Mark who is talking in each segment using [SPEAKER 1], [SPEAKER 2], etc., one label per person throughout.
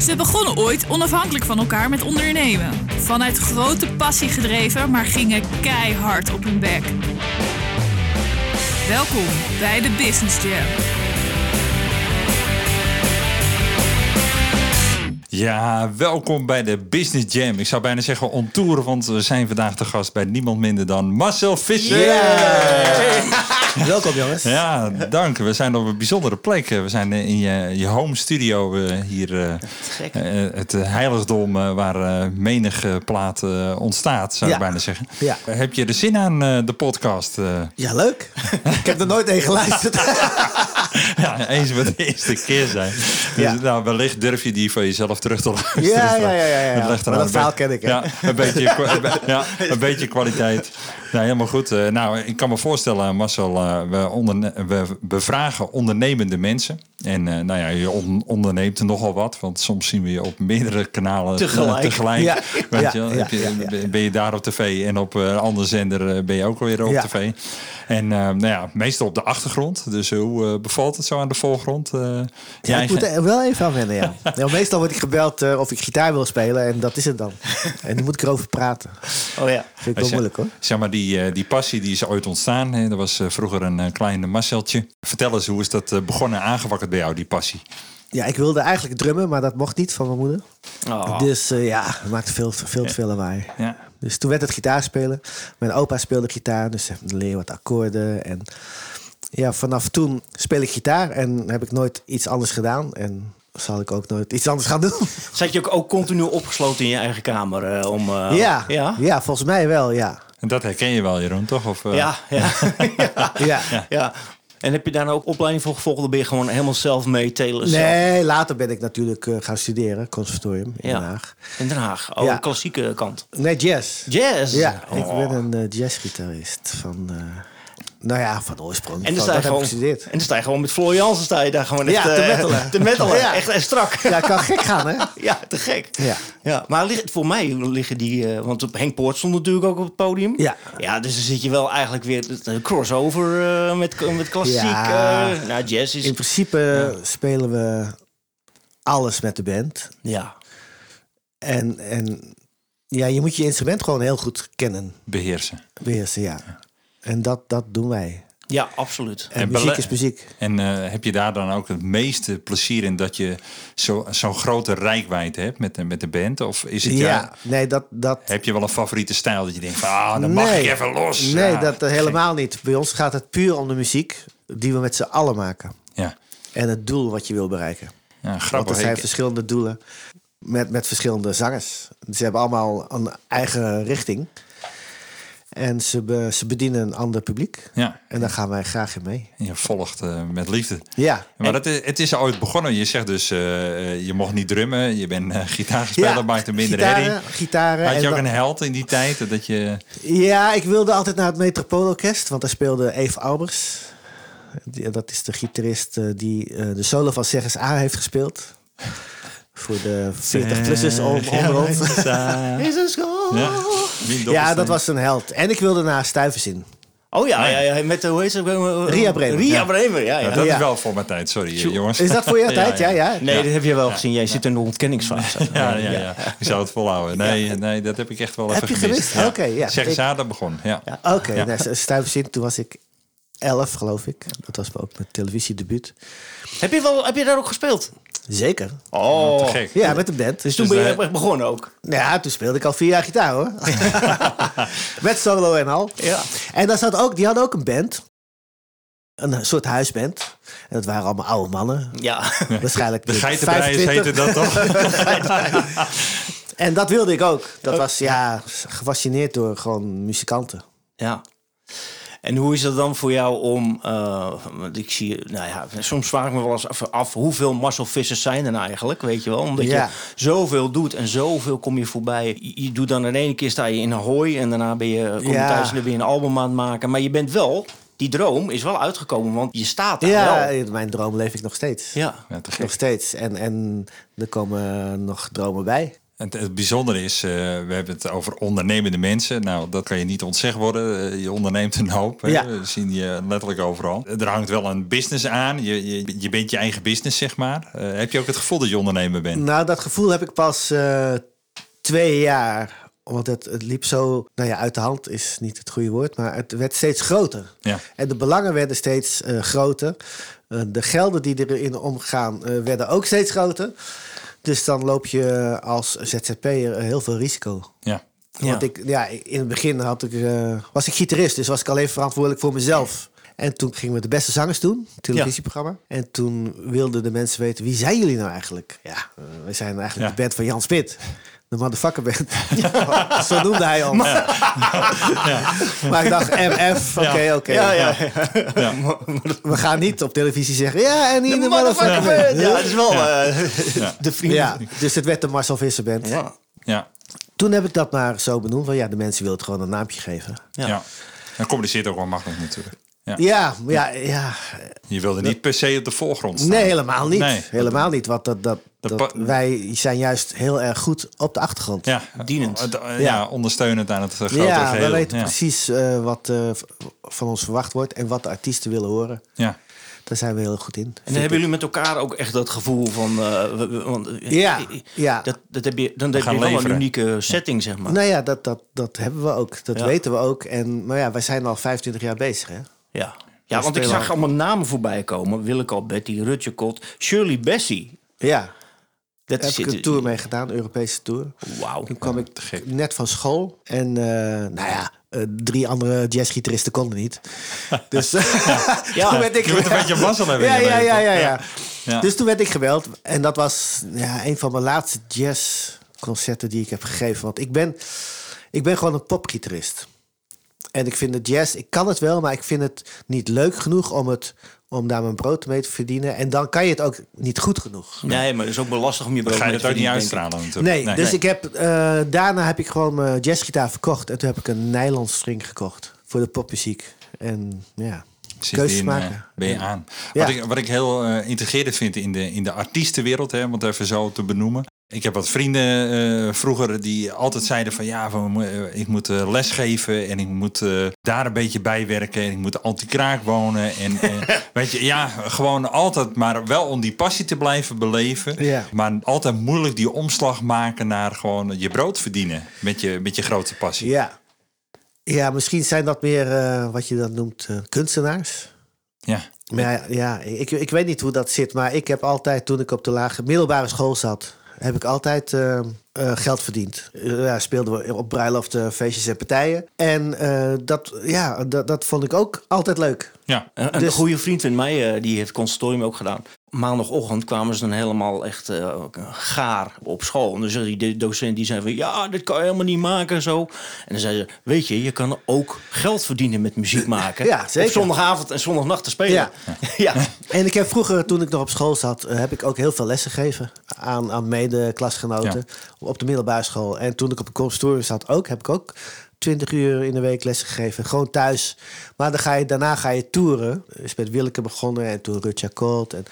[SPEAKER 1] Ze begonnen ooit onafhankelijk van elkaar met ondernemen. Vanuit grote passie gedreven, maar gingen keihard op hun bek. Welkom bij de Business Jam.
[SPEAKER 2] Ja, welkom bij de Business Jam. Ik zou bijna zeggen on tour, want we zijn vandaag te gast bij niemand minder dan Marcel Visser.
[SPEAKER 3] Welkom jongens.
[SPEAKER 2] Ja, dank. We zijn op een bijzondere plek. We zijn in je, je home studio eh, hier. eh, eh, het heiligdom eh, waar eh, menig eh, plaat eh, ontstaat, zou ik
[SPEAKER 3] Ja.
[SPEAKER 2] bijna zeggen.
[SPEAKER 3] Ja.
[SPEAKER 2] Heb je er zin aan eh, de podcast? eh?
[SPEAKER 3] Ja, leuk. Ik heb er nooit een geluisterd.
[SPEAKER 2] ja, eens met de eerste keer zijn. Dus
[SPEAKER 3] Ja.
[SPEAKER 2] nou, wellicht durf je die van jezelf terug te luisteren.
[SPEAKER 3] Ja, ja, ja, ja, ja.
[SPEAKER 2] Het ligt
[SPEAKER 3] Maar
[SPEAKER 2] eraan.
[SPEAKER 3] dat verhaal
[SPEAKER 2] Een be-
[SPEAKER 3] ken ik, hè?
[SPEAKER 2] Ja, een beetje, kwa- een be- ja, een beetje kwaliteit. Nou, helemaal goed. Eh, nou, ik kan me voorstellen, Marcel, eh, we, onderne- we bevragen ondernemende mensen. En eh, nou ja, je on- onderneemt nogal wat, want soms zien we je op meerdere kanalen eh,
[SPEAKER 4] Tegelijk.
[SPEAKER 2] tegelijk.
[SPEAKER 3] Ja.
[SPEAKER 2] Weet
[SPEAKER 3] Ja,
[SPEAKER 2] je wel,
[SPEAKER 3] ja,
[SPEAKER 2] heb je-
[SPEAKER 3] ja, ja.
[SPEAKER 2] ben je daar op tv en op eh, een andere zender eh, ben je ook weer op
[SPEAKER 3] Ja.
[SPEAKER 2] tv. En eh, nou ja, meestal op de achtergrond. Dus hoe eh, bevalt het zo aan de voorgrond? Eh, je
[SPEAKER 3] Ja, ik
[SPEAKER 2] eigen-
[SPEAKER 3] moet er wel even aan wennen, ja. Nou, meestal word ik gebeld eh, of ik gitaar wil spelen en dat is het dan. En dan moet ik erover praten.
[SPEAKER 4] Oh ja.
[SPEAKER 3] Vind ik wel
[SPEAKER 2] Zeg-
[SPEAKER 3] moeilijk hoor.
[SPEAKER 2] Zeg maar, die, eh, die passie die is ooit ontstaan. Hè? Dat was eh, vroeger een eh, klein Marceltje. Vertel eens, hoe is dat eh, begonnen en aangewakkerd bij jou, die passie?
[SPEAKER 3] Ja, ik wilde eigenlijk drummen, maar dat mocht niet van mijn moeder.
[SPEAKER 4] Oh.
[SPEAKER 3] Dus eh, ja, het maakte veel, veel te veel lawaai.
[SPEAKER 2] Ja.
[SPEAKER 3] Dus toen werd het gitaarspelen. Mijn opa speelde gitaar, dus ik leerde wat akkoorden. En ja, vanaf toen speel ik gitaar en heb ik nooit iets anders gedaan. En zal ik ook nooit iets anders gaan doen.
[SPEAKER 4] Zat je ook, ook continu opgesloten in je eigen kamer? eh, om, eh,
[SPEAKER 3] ja,
[SPEAKER 4] Ja?
[SPEAKER 3] ja. volgens mij wel, ja.
[SPEAKER 2] En dat herken je wel, Jeroen, toch? Of, eh,
[SPEAKER 4] Ja, ja. ja.
[SPEAKER 3] ja.
[SPEAKER 4] ja. En heb je daar nou ook opleiding voor gevolgd? Of ben je gewoon helemaal zelf mee telen? zelf-
[SPEAKER 3] Nee, later ben ik natuurlijk eh, gaan studeren, conservatorium in
[SPEAKER 4] Ja.
[SPEAKER 3] Den Haag.
[SPEAKER 4] In Den Haag. Oh,
[SPEAKER 3] Ja.
[SPEAKER 4] de klassieke kant.
[SPEAKER 3] Nee, jazz.
[SPEAKER 4] Jazz.
[SPEAKER 3] Ja,
[SPEAKER 4] Oh.
[SPEAKER 3] ik ben een eh, jazzgitarist van, eh, nou ja, van oorsprong.
[SPEAKER 4] En dan,
[SPEAKER 3] Van-
[SPEAKER 4] sta je
[SPEAKER 3] dat heb ik
[SPEAKER 4] gewoon,
[SPEAKER 3] gestudeerd.
[SPEAKER 4] en dan sta je gewoon met Floor Jansen sta je daar gewoon
[SPEAKER 3] Ja,
[SPEAKER 4] echt,
[SPEAKER 3] te
[SPEAKER 4] eh,
[SPEAKER 3] mettelen.
[SPEAKER 4] te mettelen.
[SPEAKER 3] Ja.
[SPEAKER 4] Echt, eh, strak.
[SPEAKER 3] Ja, kan gek gaan, hè?
[SPEAKER 4] Ja, te gek.
[SPEAKER 3] Ja.
[SPEAKER 4] ja maar ligt, voor mij liggen die... eh, want op Henk Poort stond natuurlijk ook op het podium.
[SPEAKER 3] Ja.
[SPEAKER 4] Ja, dus dan zit je wel eigenlijk weer... eh, crossover eh, met, met klassiek.
[SPEAKER 3] Ja.
[SPEAKER 4] eh, nou, jazz is...
[SPEAKER 3] In principe spelen we alles met de band.
[SPEAKER 4] ja.
[SPEAKER 3] En, en ja, je moet je instrument gewoon heel goed kennen,
[SPEAKER 2] Beheersen.
[SPEAKER 3] beheersen, ja. En dat, dat doen wij.
[SPEAKER 4] ja, absoluut.
[SPEAKER 3] En,
[SPEAKER 2] En
[SPEAKER 3] muziek
[SPEAKER 2] ballet-
[SPEAKER 3] is muziek.
[SPEAKER 2] En eh, heb je daar dan ook het meeste plezier in dat je zo- zo'n grote rijkwijd hebt met, de- met de band? Of is het ja,
[SPEAKER 3] Ja, nee, dat... dat
[SPEAKER 2] heb je wel een favoriete stijl dat je denkt van, ah, dan mag ik even los.
[SPEAKER 3] Nee,
[SPEAKER 2] Ja,
[SPEAKER 3] dat eh, helemaal niet. Bij ons gaat het puur om de muziek die we met z'n allen maken.
[SPEAKER 2] Ja,
[SPEAKER 3] En het doel wat je wil bereiken.
[SPEAKER 2] ja
[SPEAKER 3] Want er
[SPEAKER 2] grappig.
[SPEAKER 3] zijn
[SPEAKER 2] Ik-
[SPEAKER 3] verschillende doelen met, met verschillende zangers. Ze hebben allemaal een eigen richting. En ze, be- ze bedienen een ander publiek.
[SPEAKER 2] Ja,
[SPEAKER 3] En daar gaan wij graag in mee.
[SPEAKER 2] je volgt eh, met liefde.
[SPEAKER 3] Ja.
[SPEAKER 2] Maar dat is, het is ooit begonnen. Je zegt dus, eh, eh, je mocht niet drummen. Je bent eh gitaarspeler,
[SPEAKER 3] Ja,
[SPEAKER 2] maakte minder
[SPEAKER 3] gitaren,
[SPEAKER 2] herrie.
[SPEAKER 3] gitaren
[SPEAKER 2] Had je
[SPEAKER 3] en
[SPEAKER 2] ook
[SPEAKER 3] dan-
[SPEAKER 2] een held in die tijd? Dat je,
[SPEAKER 3] ja, ik wilde altijd naar het Metropoolorkest. Want daar speelde Eve Albers. Die- Dat is de gitarist eh, die eh, de solo van Serges A heeft gespeeld. Voor de 40-plussers om- onder ons.
[SPEAKER 2] Ja,
[SPEAKER 4] Is een school.
[SPEAKER 2] Ja, Wim
[SPEAKER 3] Oh. Ja, dat
[SPEAKER 2] Dobbelstein.
[SPEAKER 3] was een held. En ik wilde naar Stuyvesant in.
[SPEAKER 4] Oh ja, ja, ja, met eh, hoe heet ze? ook, eh,
[SPEAKER 3] Ria Bremer.
[SPEAKER 4] Ria
[SPEAKER 3] Ja.
[SPEAKER 4] Bremer, ja. ja.
[SPEAKER 2] Ja, dat
[SPEAKER 3] Ja.
[SPEAKER 2] is wel voor mijn tijd, sorry eh, jongens.
[SPEAKER 3] Is dat voor jouw tijd? Ja, ja.
[SPEAKER 4] Nee, dat heb je wel gezien. Jij zit in de ontkenningsfase.
[SPEAKER 2] Ja, ja, ja. Ik zou het volhouden. Nee, nee, dat heb ik echt wel
[SPEAKER 3] Heb
[SPEAKER 2] even
[SPEAKER 3] je
[SPEAKER 2] gemist.
[SPEAKER 3] gemist? Oké, ja.
[SPEAKER 2] Zeg eens
[SPEAKER 3] Ik-
[SPEAKER 2] aan, dat begon. Ja.
[SPEAKER 3] Oké, nou, Stu- Stuyvesant, toen was ik elf, geloof ik. Dat was ook mijn televisiedebuut.
[SPEAKER 4] Heb, je wel, heb je daar ook gespeeld?
[SPEAKER 3] Zeker.
[SPEAKER 4] Oh,
[SPEAKER 2] Te gek.
[SPEAKER 3] Ja, met de band.
[SPEAKER 4] Dus toen
[SPEAKER 2] Dus,
[SPEAKER 4] ben je
[SPEAKER 2] eh,
[SPEAKER 4] echt begonnen ook.
[SPEAKER 3] Nou Ja, toen speelde ik al vier jaar gitaar, hoor. met solo en al.
[SPEAKER 4] Ja.
[SPEAKER 3] En daar zat ook, die hadden ook een band. Een soort huisband. En dat waren allemaal oude mannen.
[SPEAKER 4] Ja.
[SPEAKER 3] Waarschijnlijk
[SPEAKER 2] De geitenbreis heette dat toch?
[SPEAKER 3] En dat wilde ik ook. Dat was, ja, gefascineerd door gewoon muzikanten.
[SPEAKER 4] ja. En hoe is dat dan voor jou om... eh, want ik zie, nou ja, soms vraag ik me wel eens af, af hoeveel Marcel Vissers zijn er nou eigenlijk, weet je wel? Omdat
[SPEAKER 3] Ja.
[SPEAKER 4] je zoveel doet en zoveel kom je voorbij. Je, je doet dan in één keer sta je in Ahoy en daarna ben je, kom je
[SPEAKER 3] Ja.
[SPEAKER 4] thuis en dan ben je een album aan het maken. Maar je bent wel, die droom is wel uitgekomen, want je staat daar
[SPEAKER 3] Ja,
[SPEAKER 4] Ah, wel.
[SPEAKER 3] in mijn droom leef ik nog steeds.
[SPEAKER 4] Ja.
[SPEAKER 2] Ja, te
[SPEAKER 3] Nog
[SPEAKER 2] gek.
[SPEAKER 3] steeds. En, en er komen nog dromen bij.
[SPEAKER 2] Het, het bijzondere is, eh, we hebben het over ondernemende mensen. Nou, dat kan je niet ontzegd worden. Eh, Je onderneemt een hoop. hè.
[SPEAKER 3] Ja.
[SPEAKER 2] We zien je letterlijk overal. Er hangt wel een business aan. Je, je, je bent je eigen business, zeg maar. Eh, heb je ook het gevoel dat je ondernemer bent?
[SPEAKER 3] Nou, dat gevoel heb ik pas eh, twee jaar. Want het, het liep zo, nou ja, uit de hand is niet het goede woord, maar het werd steeds groter.
[SPEAKER 2] Ja.
[SPEAKER 3] En de belangen werden steeds eh, groter. Eh, de gelden die erin omgaan eh, werden ook steeds groter. Dus dan loop je als ZZP'er heel veel risico.
[SPEAKER 2] Ja.
[SPEAKER 3] Want ik, ja, in het begin had ik, eh, was ik gitarist, dus was ik alleen verantwoordelijk voor mezelf. En toen gingen we de beste zangers doen, een televisieprogramma. En toen wilden de mensen weten, wie zijn jullie nou eigenlijk? Ja, eh, we zijn eigenlijk
[SPEAKER 2] Ja.
[SPEAKER 3] de band van Jan Spit. De motherfucker band. Zo noemde hij ons. Maar ik dacht, MF, oké, oké.
[SPEAKER 4] Ja, ja.
[SPEAKER 3] We gaan niet op televisie zeggen, ja, en hier de motherfucker band.
[SPEAKER 4] Motherfucker man. Ja, dat is wel eh, de vriend.
[SPEAKER 3] Ja, dus het werd de Marcel Visser band.
[SPEAKER 4] Ja.
[SPEAKER 2] Ja.
[SPEAKER 3] Toen heb ik dat maar zo benoemd, van ja, de mensen willen het gewoon een naampje geven.
[SPEAKER 2] ja.
[SPEAKER 4] Ja.
[SPEAKER 2] Dan communiceert ook wel makkelijk natuurlijk. Ja.
[SPEAKER 3] Ja, ja, ja,
[SPEAKER 2] Je wilde niet per se op de voorgrond staan.
[SPEAKER 3] Nee, helemaal niet.
[SPEAKER 2] Nee.
[SPEAKER 3] helemaal niet. Want dat, dat,
[SPEAKER 2] Dat
[SPEAKER 3] dat-
[SPEAKER 2] pa-
[SPEAKER 3] wij zijn juist heel erg goed op de achtergrond.
[SPEAKER 2] Ja.
[SPEAKER 4] Dienend.
[SPEAKER 2] Eh, eh, Ja,
[SPEAKER 3] Ja.
[SPEAKER 2] ondersteunend aan het eh, grotere
[SPEAKER 3] Ja,
[SPEAKER 2] geheel.
[SPEAKER 3] we weten
[SPEAKER 2] ja.
[SPEAKER 3] precies eh, wat eh, v- van ons verwacht wordt en wat de artiesten willen horen.
[SPEAKER 2] Ja.
[SPEAKER 3] Daar zijn we heel goed in.
[SPEAKER 4] En dan hebben jullie met elkaar ook echt dat gevoel van... eh, we- we- want, eh,
[SPEAKER 3] Ja,
[SPEAKER 4] eh,
[SPEAKER 3] ja.
[SPEAKER 4] Dat, dat heb je, dan heb je
[SPEAKER 2] gaan
[SPEAKER 4] wel
[SPEAKER 2] leveren.
[SPEAKER 4] een unieke setting, zeg maar.
[SPEAKER 3] Nou ja, dat, dat, dat hebben we ook. Dat
[SPEAKER 4] Ja.
[SPEAKER 3] weten we ook. En, maar ja, wij zijn al 25 jaar bezig. Hè?
[SPEAKER 4] Ja. Ja, want ik
[SPEAKER 3] spelen
[SPEAKER 4] zag allemaal namen voorbij komen. Willeke Betty, Rutje Kot, Shirley Bessie.
[SPEAKER 3] Ja,
[SPEAKER 4] Dat
[SPEAKER 3] daar heb ik
[SPEAKER 4] zit-
[SPEAKER 3] een tour mee gedaan, een Europese tour.
[SPEAKER 4] Wauw.
[SPEAKER 3] Toen kwam ik
[SPEAKER 2] te gek.
[SPEAKER 3] net van school. En eh, nou ja, eh, drie andere jazzgitaristen konden niet. Dus
[SPEAKER 4] Ja.
[SPEAKER 3] toen werd ik
[SPEAKER 2] Je moet een beetje mazzel hebben. in
[SPEAKER 3] Ja,
[SPEAKER 2] je
[SPEAKER 3] ja,
[SPEAKER 2] leven.
[SPEAKER 3] ja, ja, ja.
[SPEAKER 2] Ja.
[SPEAKER 3] Dus toen werd ik gebeld. En dat was ja, een van mijn laatste jazzconcerten die ik heb gegeven. Want ik ben, ik ben gewoon een popgitarist. En ik vind de jazz, ik kan het wel, maar ik vind het niet leuk genoeg om, het, om daar mijn brood mee te verdienen. En dan kan je het ook niet goed genoeg.
[SPEAKER 4] Nee, maar dat is ook wel lastig om je brood
[SPEAKER 2] Ga je
[SPEAKER 4] mee
[SPEAKER 2] dat
[SPEAKER 4] te
[SPEAKER 2] ook niet
[SPEAKER 4] verdienen,
[SPEAKER 2] uitstralen natuurlijk.
[SPEAKER 3] Nee, dus ik heb, eh, daarna heb ik gewoon mijn jazzgitaar verkocht. En toen heb ik een nylon string gekocht voor de popmuziek. En ja,
[SPEAKER 2] Sindsdien,
[SPEAKER 3] keuzes
[SPEAKER 2] eh,
[SPEAKER 3] maken.
[SPEAKER 2] ben je aan.
[SPEAKER 3] Ja.
[SPEAKER 2] Wat, ik, wat ik heel eh intrigerend vind in de, in de artiestenwereld, hè, om het even zo te benoemen. Ik heb wat vrienden eh, vroeger die altijd zeiden van ja, van, eh, ik moet eh, lesgeven en ik moet eh, daar een beetje bij werken en ik moet anti-kraak wonen. En, en weet je, ja, gewoon altijd maar wel om die passie te blijven beleven.
[SPEAKER 3] Ja.
[SPEAKER 2] Maar altijd moeilijk die omslag maken naar gewoon je brood verdienen met je, met je grote passie.
[SPEAKER 3] Ja. Ja, misschien zijn dat meer eh, wat je dan noemt eh, kunstenaars.
[SPEAKER 2] Ja.
[SPEAKER 3] Maar ja, ja ik, ik weet niet hoe dat zit. Maar ik heb altijd, toen ik op de lage middelbare school zat... heb ik altijd eh, eh, geld verdiend. Eh, ja, speelden we op bruiloften, feestjes en partijen. En eh, dat, ja, dat, dat vond ik ook altijd leuk.
[SPEAKER 2] ja.
[SPEAKER 4] Een, een
[SPEAKER 3] Dus-
[SPEAKER 4] goede vriend van mij, eh, die heeft consultorium ook gedaan. Maandagochtend kwamen ze dan helemaal echt eh, gaar op school. En dan zei die de docent, die zei van... ja, dit kan je helemaal niet maken en zo. En dan zei ze, weet je, je kan ook geld verdienen met muziek maken.
[SPEAKER 3] Ja, zeker.
[SPEAKER 4] Op zondagavond en zondagnacht te spelen.
[SPEAKER 3] Ja.
[SPEAKER 4] ja.
[SPEAKER 3] En ik heb vroeger, toen ik nog op school zat, eh, heb ik ook heel veel lessen gegeven aan, aan mede-klasgenoten op de middelbare school. En toen ik op de conservatorium zat ook, heb ik ook 20 uur in de week lessen gegeven. Gewoon thuis. Maar dan ga je, daarna ga je toeren. Is met Willeke begonnen en toen Rutja Colt. En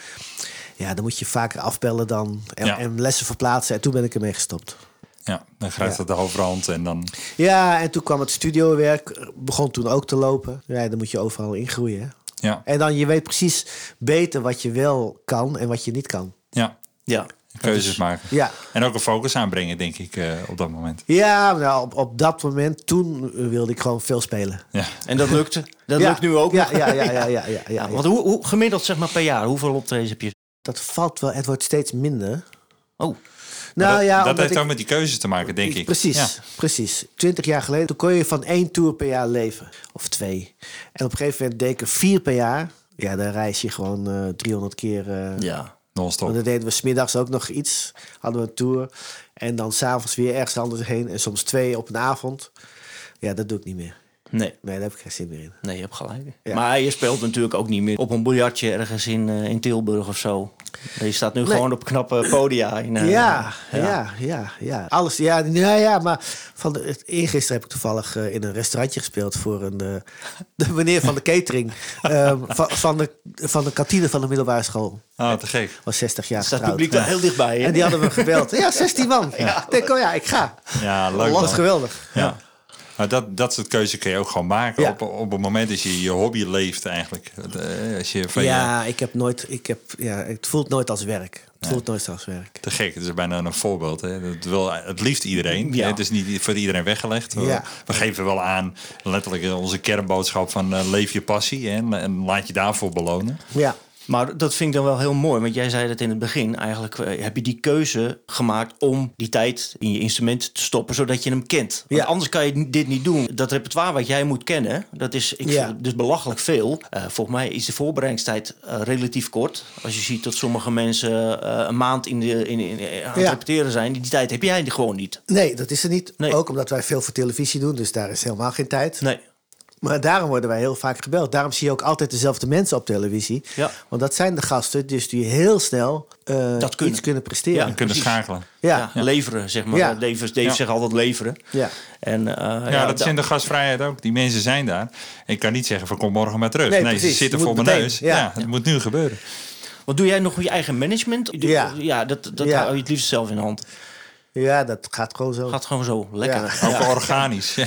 [SPEAKER 3] ja, dan moet je vaker afbellen dan en,
[SPEAKER 2] Ja.
[SPEAKER 3] en lessen verplaatsen. En toen ben ik ermee gestopt.
[SPEAKER 2] ja, dan grijpt het de overhand en dan...
[SPEAKER 3] Ja, en toen kwam het studiowerk, eh, begon toen ook te lopen. Ja, dan moet je overal ingroeien. hè.
[SPEAKER 2] Ja,
[SPEAKER 3] En dan je weet precies beter wat je wel kan en wat je niet kan.
[SPEAKER 2] ja.
[SPEAKER 4] ja.
[SPEAKER 2] Keuzes maken.
[SPEAKER 3] Ja.
[SPEAKER 2] En ook een focus aanbrengen, denk ik, eh, op dat moment.
[SPEAKER 3] Ja, nou, op, op dat moment, toen eh, wilde ik gewoon veel spelen.
[SPEAKER 2] Ja.
[SPEAKER 4] En dat lukte. Dat
[SPEAKER 3] Ja.
[SPEAKER 4] lukt nu ook.
[SPEAKER 3] Ja,
[SPEAKER 4] nog.
[SPEAKER 3] ja, ja, ja, ja, ja, ja, ja.
[SPEAKER 4] Want hoe, hoe, gemiddeld zeg maar per jaar, hoeveel optredens heb je?
[SPEAKER 3] Dat valt wel, het wordt steeds minder.
[SPEAKER 4] Oh,
[SPEAKER 3] Nou
[SPEAKER 2] dat
[SPEAKER 3] ja,
[SPEAKER 2] dat
[SPEAKER 3] omdat
[SPEAKER 2] heeft
[SPEAKER 3] ik-
[SPEAKER 2] ook met die keuzes te maken, denk ik.
[SPEAKER 3] Precies,
[SPEAKER 2] Ja.
[SPEAKER 3] precies. Twintig jaar geleden, toen kon je van één tour per jaar leven. Of twee. En op een gegeven moment deed ik er vier per jaar. Ja, dan reis je gewoon eh 300 keer. eh,
[SPEAKER 4] ja.
[SPEAKER 2] Non-stop.
[SPEAKER 3] Want dan deden we smiddags ook nog iets. Hadden we een tour. En dan s'avonds weer ergens anders heen. En soms twee op een avond. Ja, dat doe ik niet meer.
[SPEAKER 4] Nee.
[SPEAKER 3] Nee, daar heb ik geen zin meer in.
[SPEAKER 4] Nee, je hebt gelijk.
[SPEAKER 3] Ja.
[SPEAKER 4] Maar je speelt natuurlijk ook niet meer op een biljartje ergens in, eh, in Tilburg of zo. Je staat nu gewoon op knappe podia. in, eh,
[SPEAKER 3] ja, ja, ja, ja. Alles, ja, ja, ja maar van de, het- eergisteren heb ik toevallig eh, in een restaurantje gespeeld voor een, eh, de meneer van de catering eh, van, van, de, van de kantine van de middelbare school.
[SPEAKER 2] Ah, te gek.
[SPEAKER 3] Was 60 jaar
[SPEAKER 4] Staat het
[SPEAKER 3] getrouwd.
[SPEAKER 4] publiek daar heel dichtbij. hè?
[SPEAKER 3] En die hadden we gebeld. Ja, 16 man. Ik denk, oh ja, ik ga.
[SPEAKER 2] Ja, leuk
[SPEAKER 3] Dat
[SPEAKER 2] man.
[SPEAKER 3] is geweldig.
[SPEAKER 2] Ja. Nou, dat, dat soort keuze kun je ook gewoon maken
[SPEAKER 3] Ja.
[SPEAKER 2] op, op het moment dat je je hobby leeft eigenlijk. Dat, eh, Als je van je,
[SPEAKER 3] Ja, ik heb nooit, ik heb, ja, het voelt nooit als werk. Het voelt nooit als werk.
[SPEAKER 2] te gek, het is bijna een voorbeeld. Hè. Dat wil het liefst iedereen.
[SPEAKER 4] Ja.
[SPEAKER 2] Het is niet voor iedereen weggelegd. We,
[SPEAKER 3] Ja.
[SPEAKER 2] we geven wel aan, letterlijk eh, onze kernboodschap van eh, leef je passie hè, en, en laat je daarvoor belonen.
[SPEAKER 3] Ja,
[SPEAKER 4] Maar dat vind ik dan wel heel mooi, want jij zei dat in het begin. Eigenlijk eh, heb je die keuze gemaakt om die tijd in je instrument te stoppen, zodat je hem kent. Want
[SPEAKER 3] Ja.
[SPEAKER 4] anders kan je ni- dit niet doen. Dat repertoire wat jij moet kennen, dat is ik
[SPEAKER 3] Ja.
[SPEAKER 4] vind- dus belachelijk veel. Eh, volgens mij is de voorbereidingstijd eh, relatief kort. Als je ziet dat sommige mensen eh, een maand in de, in, in, aan het
[SPEAKER 3] Ja.
[SPEAKER 4] repeteren zijn, die tijd heb jij gewoon niet.
[SPEAKER 3] nee, dat is er niet.
[SPEAKER 4] Nee.
[SPEAKER 3] Ook omdat wij veel voor televisie doen, dus daar is helemaal geen tijd.
[SPEAKER 4] Nee.
[SPEAKER 3] Maar daarom worden wij heel vaak gebeld. Daarom zie je ook altijd dezelfde mensen op televisie.
[SPEAKER 4] Ja.
[SPEAKER 3] Want dat zijn de gasten dus die heel snel eh,
[SPEAKER 4] Dat kunnen.
[SPEAKER 3] iets kunnen presteren.
[SPEAKER 2] En kunnen
[SPEAKER 4] Precies.
[SPEAKER 2] schakelen.
[SPEAKER 3] Ja.
[SPEAKER 4] Ja, leveren, zeg maar.
[SPEAKER 3] Ja.
[SPEAKER 4] Dave, Dave
[SPEAKER 2] Ja.
[SPEAKER 4] zegt altijd leveren.
[SPEAKER 3] Ja.
[SPEAKER 4] En, eh,
[SPEAKER 2] Ja, dat is in de gastvrijheid ook. Die mensen zijn daar. Ik kan niet zeggen van kom morgen maar terug.
[SPEAKER 3] Nee,
[SPEAKER 2] Nee, ze
[SPEAKER 3] precies.
[SPEAKER 2] zitten
[SPEAKER 3] Moet
[SPEAKER 2] voor mijn
[SPEAKER 3] meteen.
[SPEAKER 2] neus.
[SPEAKER 3] Ja.
[SPEAKER 2] Ja. het moet nu gebeuren.
[SPEAKER 4] Wat doe jij nog je eigen management? Je doet-
[SPEAKER 3] Ja.
[SPEAKER 4] ja dat, dat
[SPEAKER 3] Ja.
[SPEAKER 4] hou je het liefst zelf in de hand.
[SPEAKER 3] Ja, dat gaat gewoon zo.
[SPEAKER 4] Gaat gewoon zo lekker.
[SPEAKER 3] Ja.
[SPEAKER 4] Ja.
[SPEAKER 2] Ook organisch. Ja.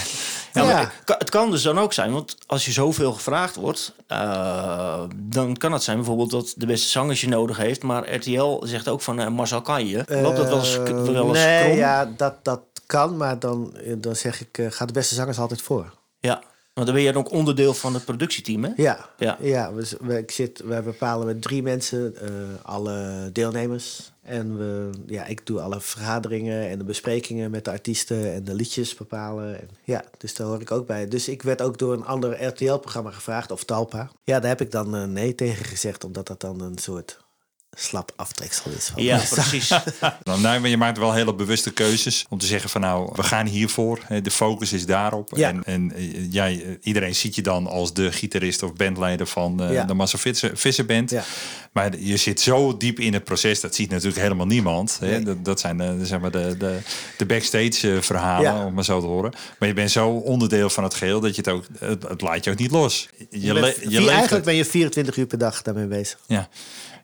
[SPEAKER 4] Ja, maar
[SPEAKER 3] Ja.
[SPEAKER 4] het kan- Het kan dus dan ook zijn, want als je zoveel gevraagd wordt, eh, dan kan het zijn bijvoorbeeld dat de beste zangers je nodig heeft. Maar RTL zegt ook van eh, Marcel kan je. Loopt dat wel eens,
[SPEAKER 3] Eh,
[SPEAKER 4] wel eens
[SPEAKER 3] nee,
[SPEAKER 4] krom? Ja.
[SPEAKER 3] ja, dat, dat kan. Maar dan, eh, dan zeg ik, eh, ga de beste zangers altijd voor.
[SPEAKER 4] want dan ben jij dan ook onderdeel van het productieteam, hè?
[SPEAKER 3] Ja,
[SPEAKER 4] Ja.
[SPEAKER 3] ja. we, we, ik zit, we bepalen met drie mensen eh, alle deelnemers. En we, ja, ik doe alle vergaderingen en de besprekingen met de artiesten en de liedjes bepalen. En, ja, dus daar hoor ik ook bij. Dus ik werd ook door een ander RTL-programma gevraagd, of Talpa. Ja, daar heb ik dan eh, nee tegen gezegd, omdat dat dan een soort slap aftreksel is. van
[SPEAKER 4] Ja,
[SPEAKER 3] mijn zang.
[SPEAKER 4] precies.
[SPEAKER 2] Nou, nee, maar je maakt wel hele bewuste keuzes om te zeggen van nou, we gaan hiervoor. Hè, De focus is daarop.
[SPEAKER 3] Ja.
[SPEAKER 2] En, en eh, jij, eh, iedereen ziet je dan als de gitarist of bandleider van eh,
[SPEAKER 3] Ja.
[SPEAKER 2] de Massa Visser, Visser Band.
[SPEAKER 3] Ja.
[SPEAKER 2] Maar je zit zo diep in het proces, dat ziet natuurlijk helemaal niemand. Hè? Dat, dat zijn eh, zeg maar de, de, de backstage eh, verhalen,
[SPEAKER 3] Ja.
[SPEAKER 2] om maar zo te horen. Maar je bent zo onderdeel van het geheel dat je het ook, het, het laat je ook niet los. Je,
[SPEAKER 3] Je
[SPEAKER 2] le-
[SPEAKER 3] bent-
[SPEAKER 2] je
[SPEAKER 3] vier-
[SPEAKER 2] leeft
[SPEAKER 3] eigenlijk
[SPEAKER 2] het.
[SPEAKER 3] ben je 24 uur per dag daarmee bezig.
[SPEAKER 2] Ja.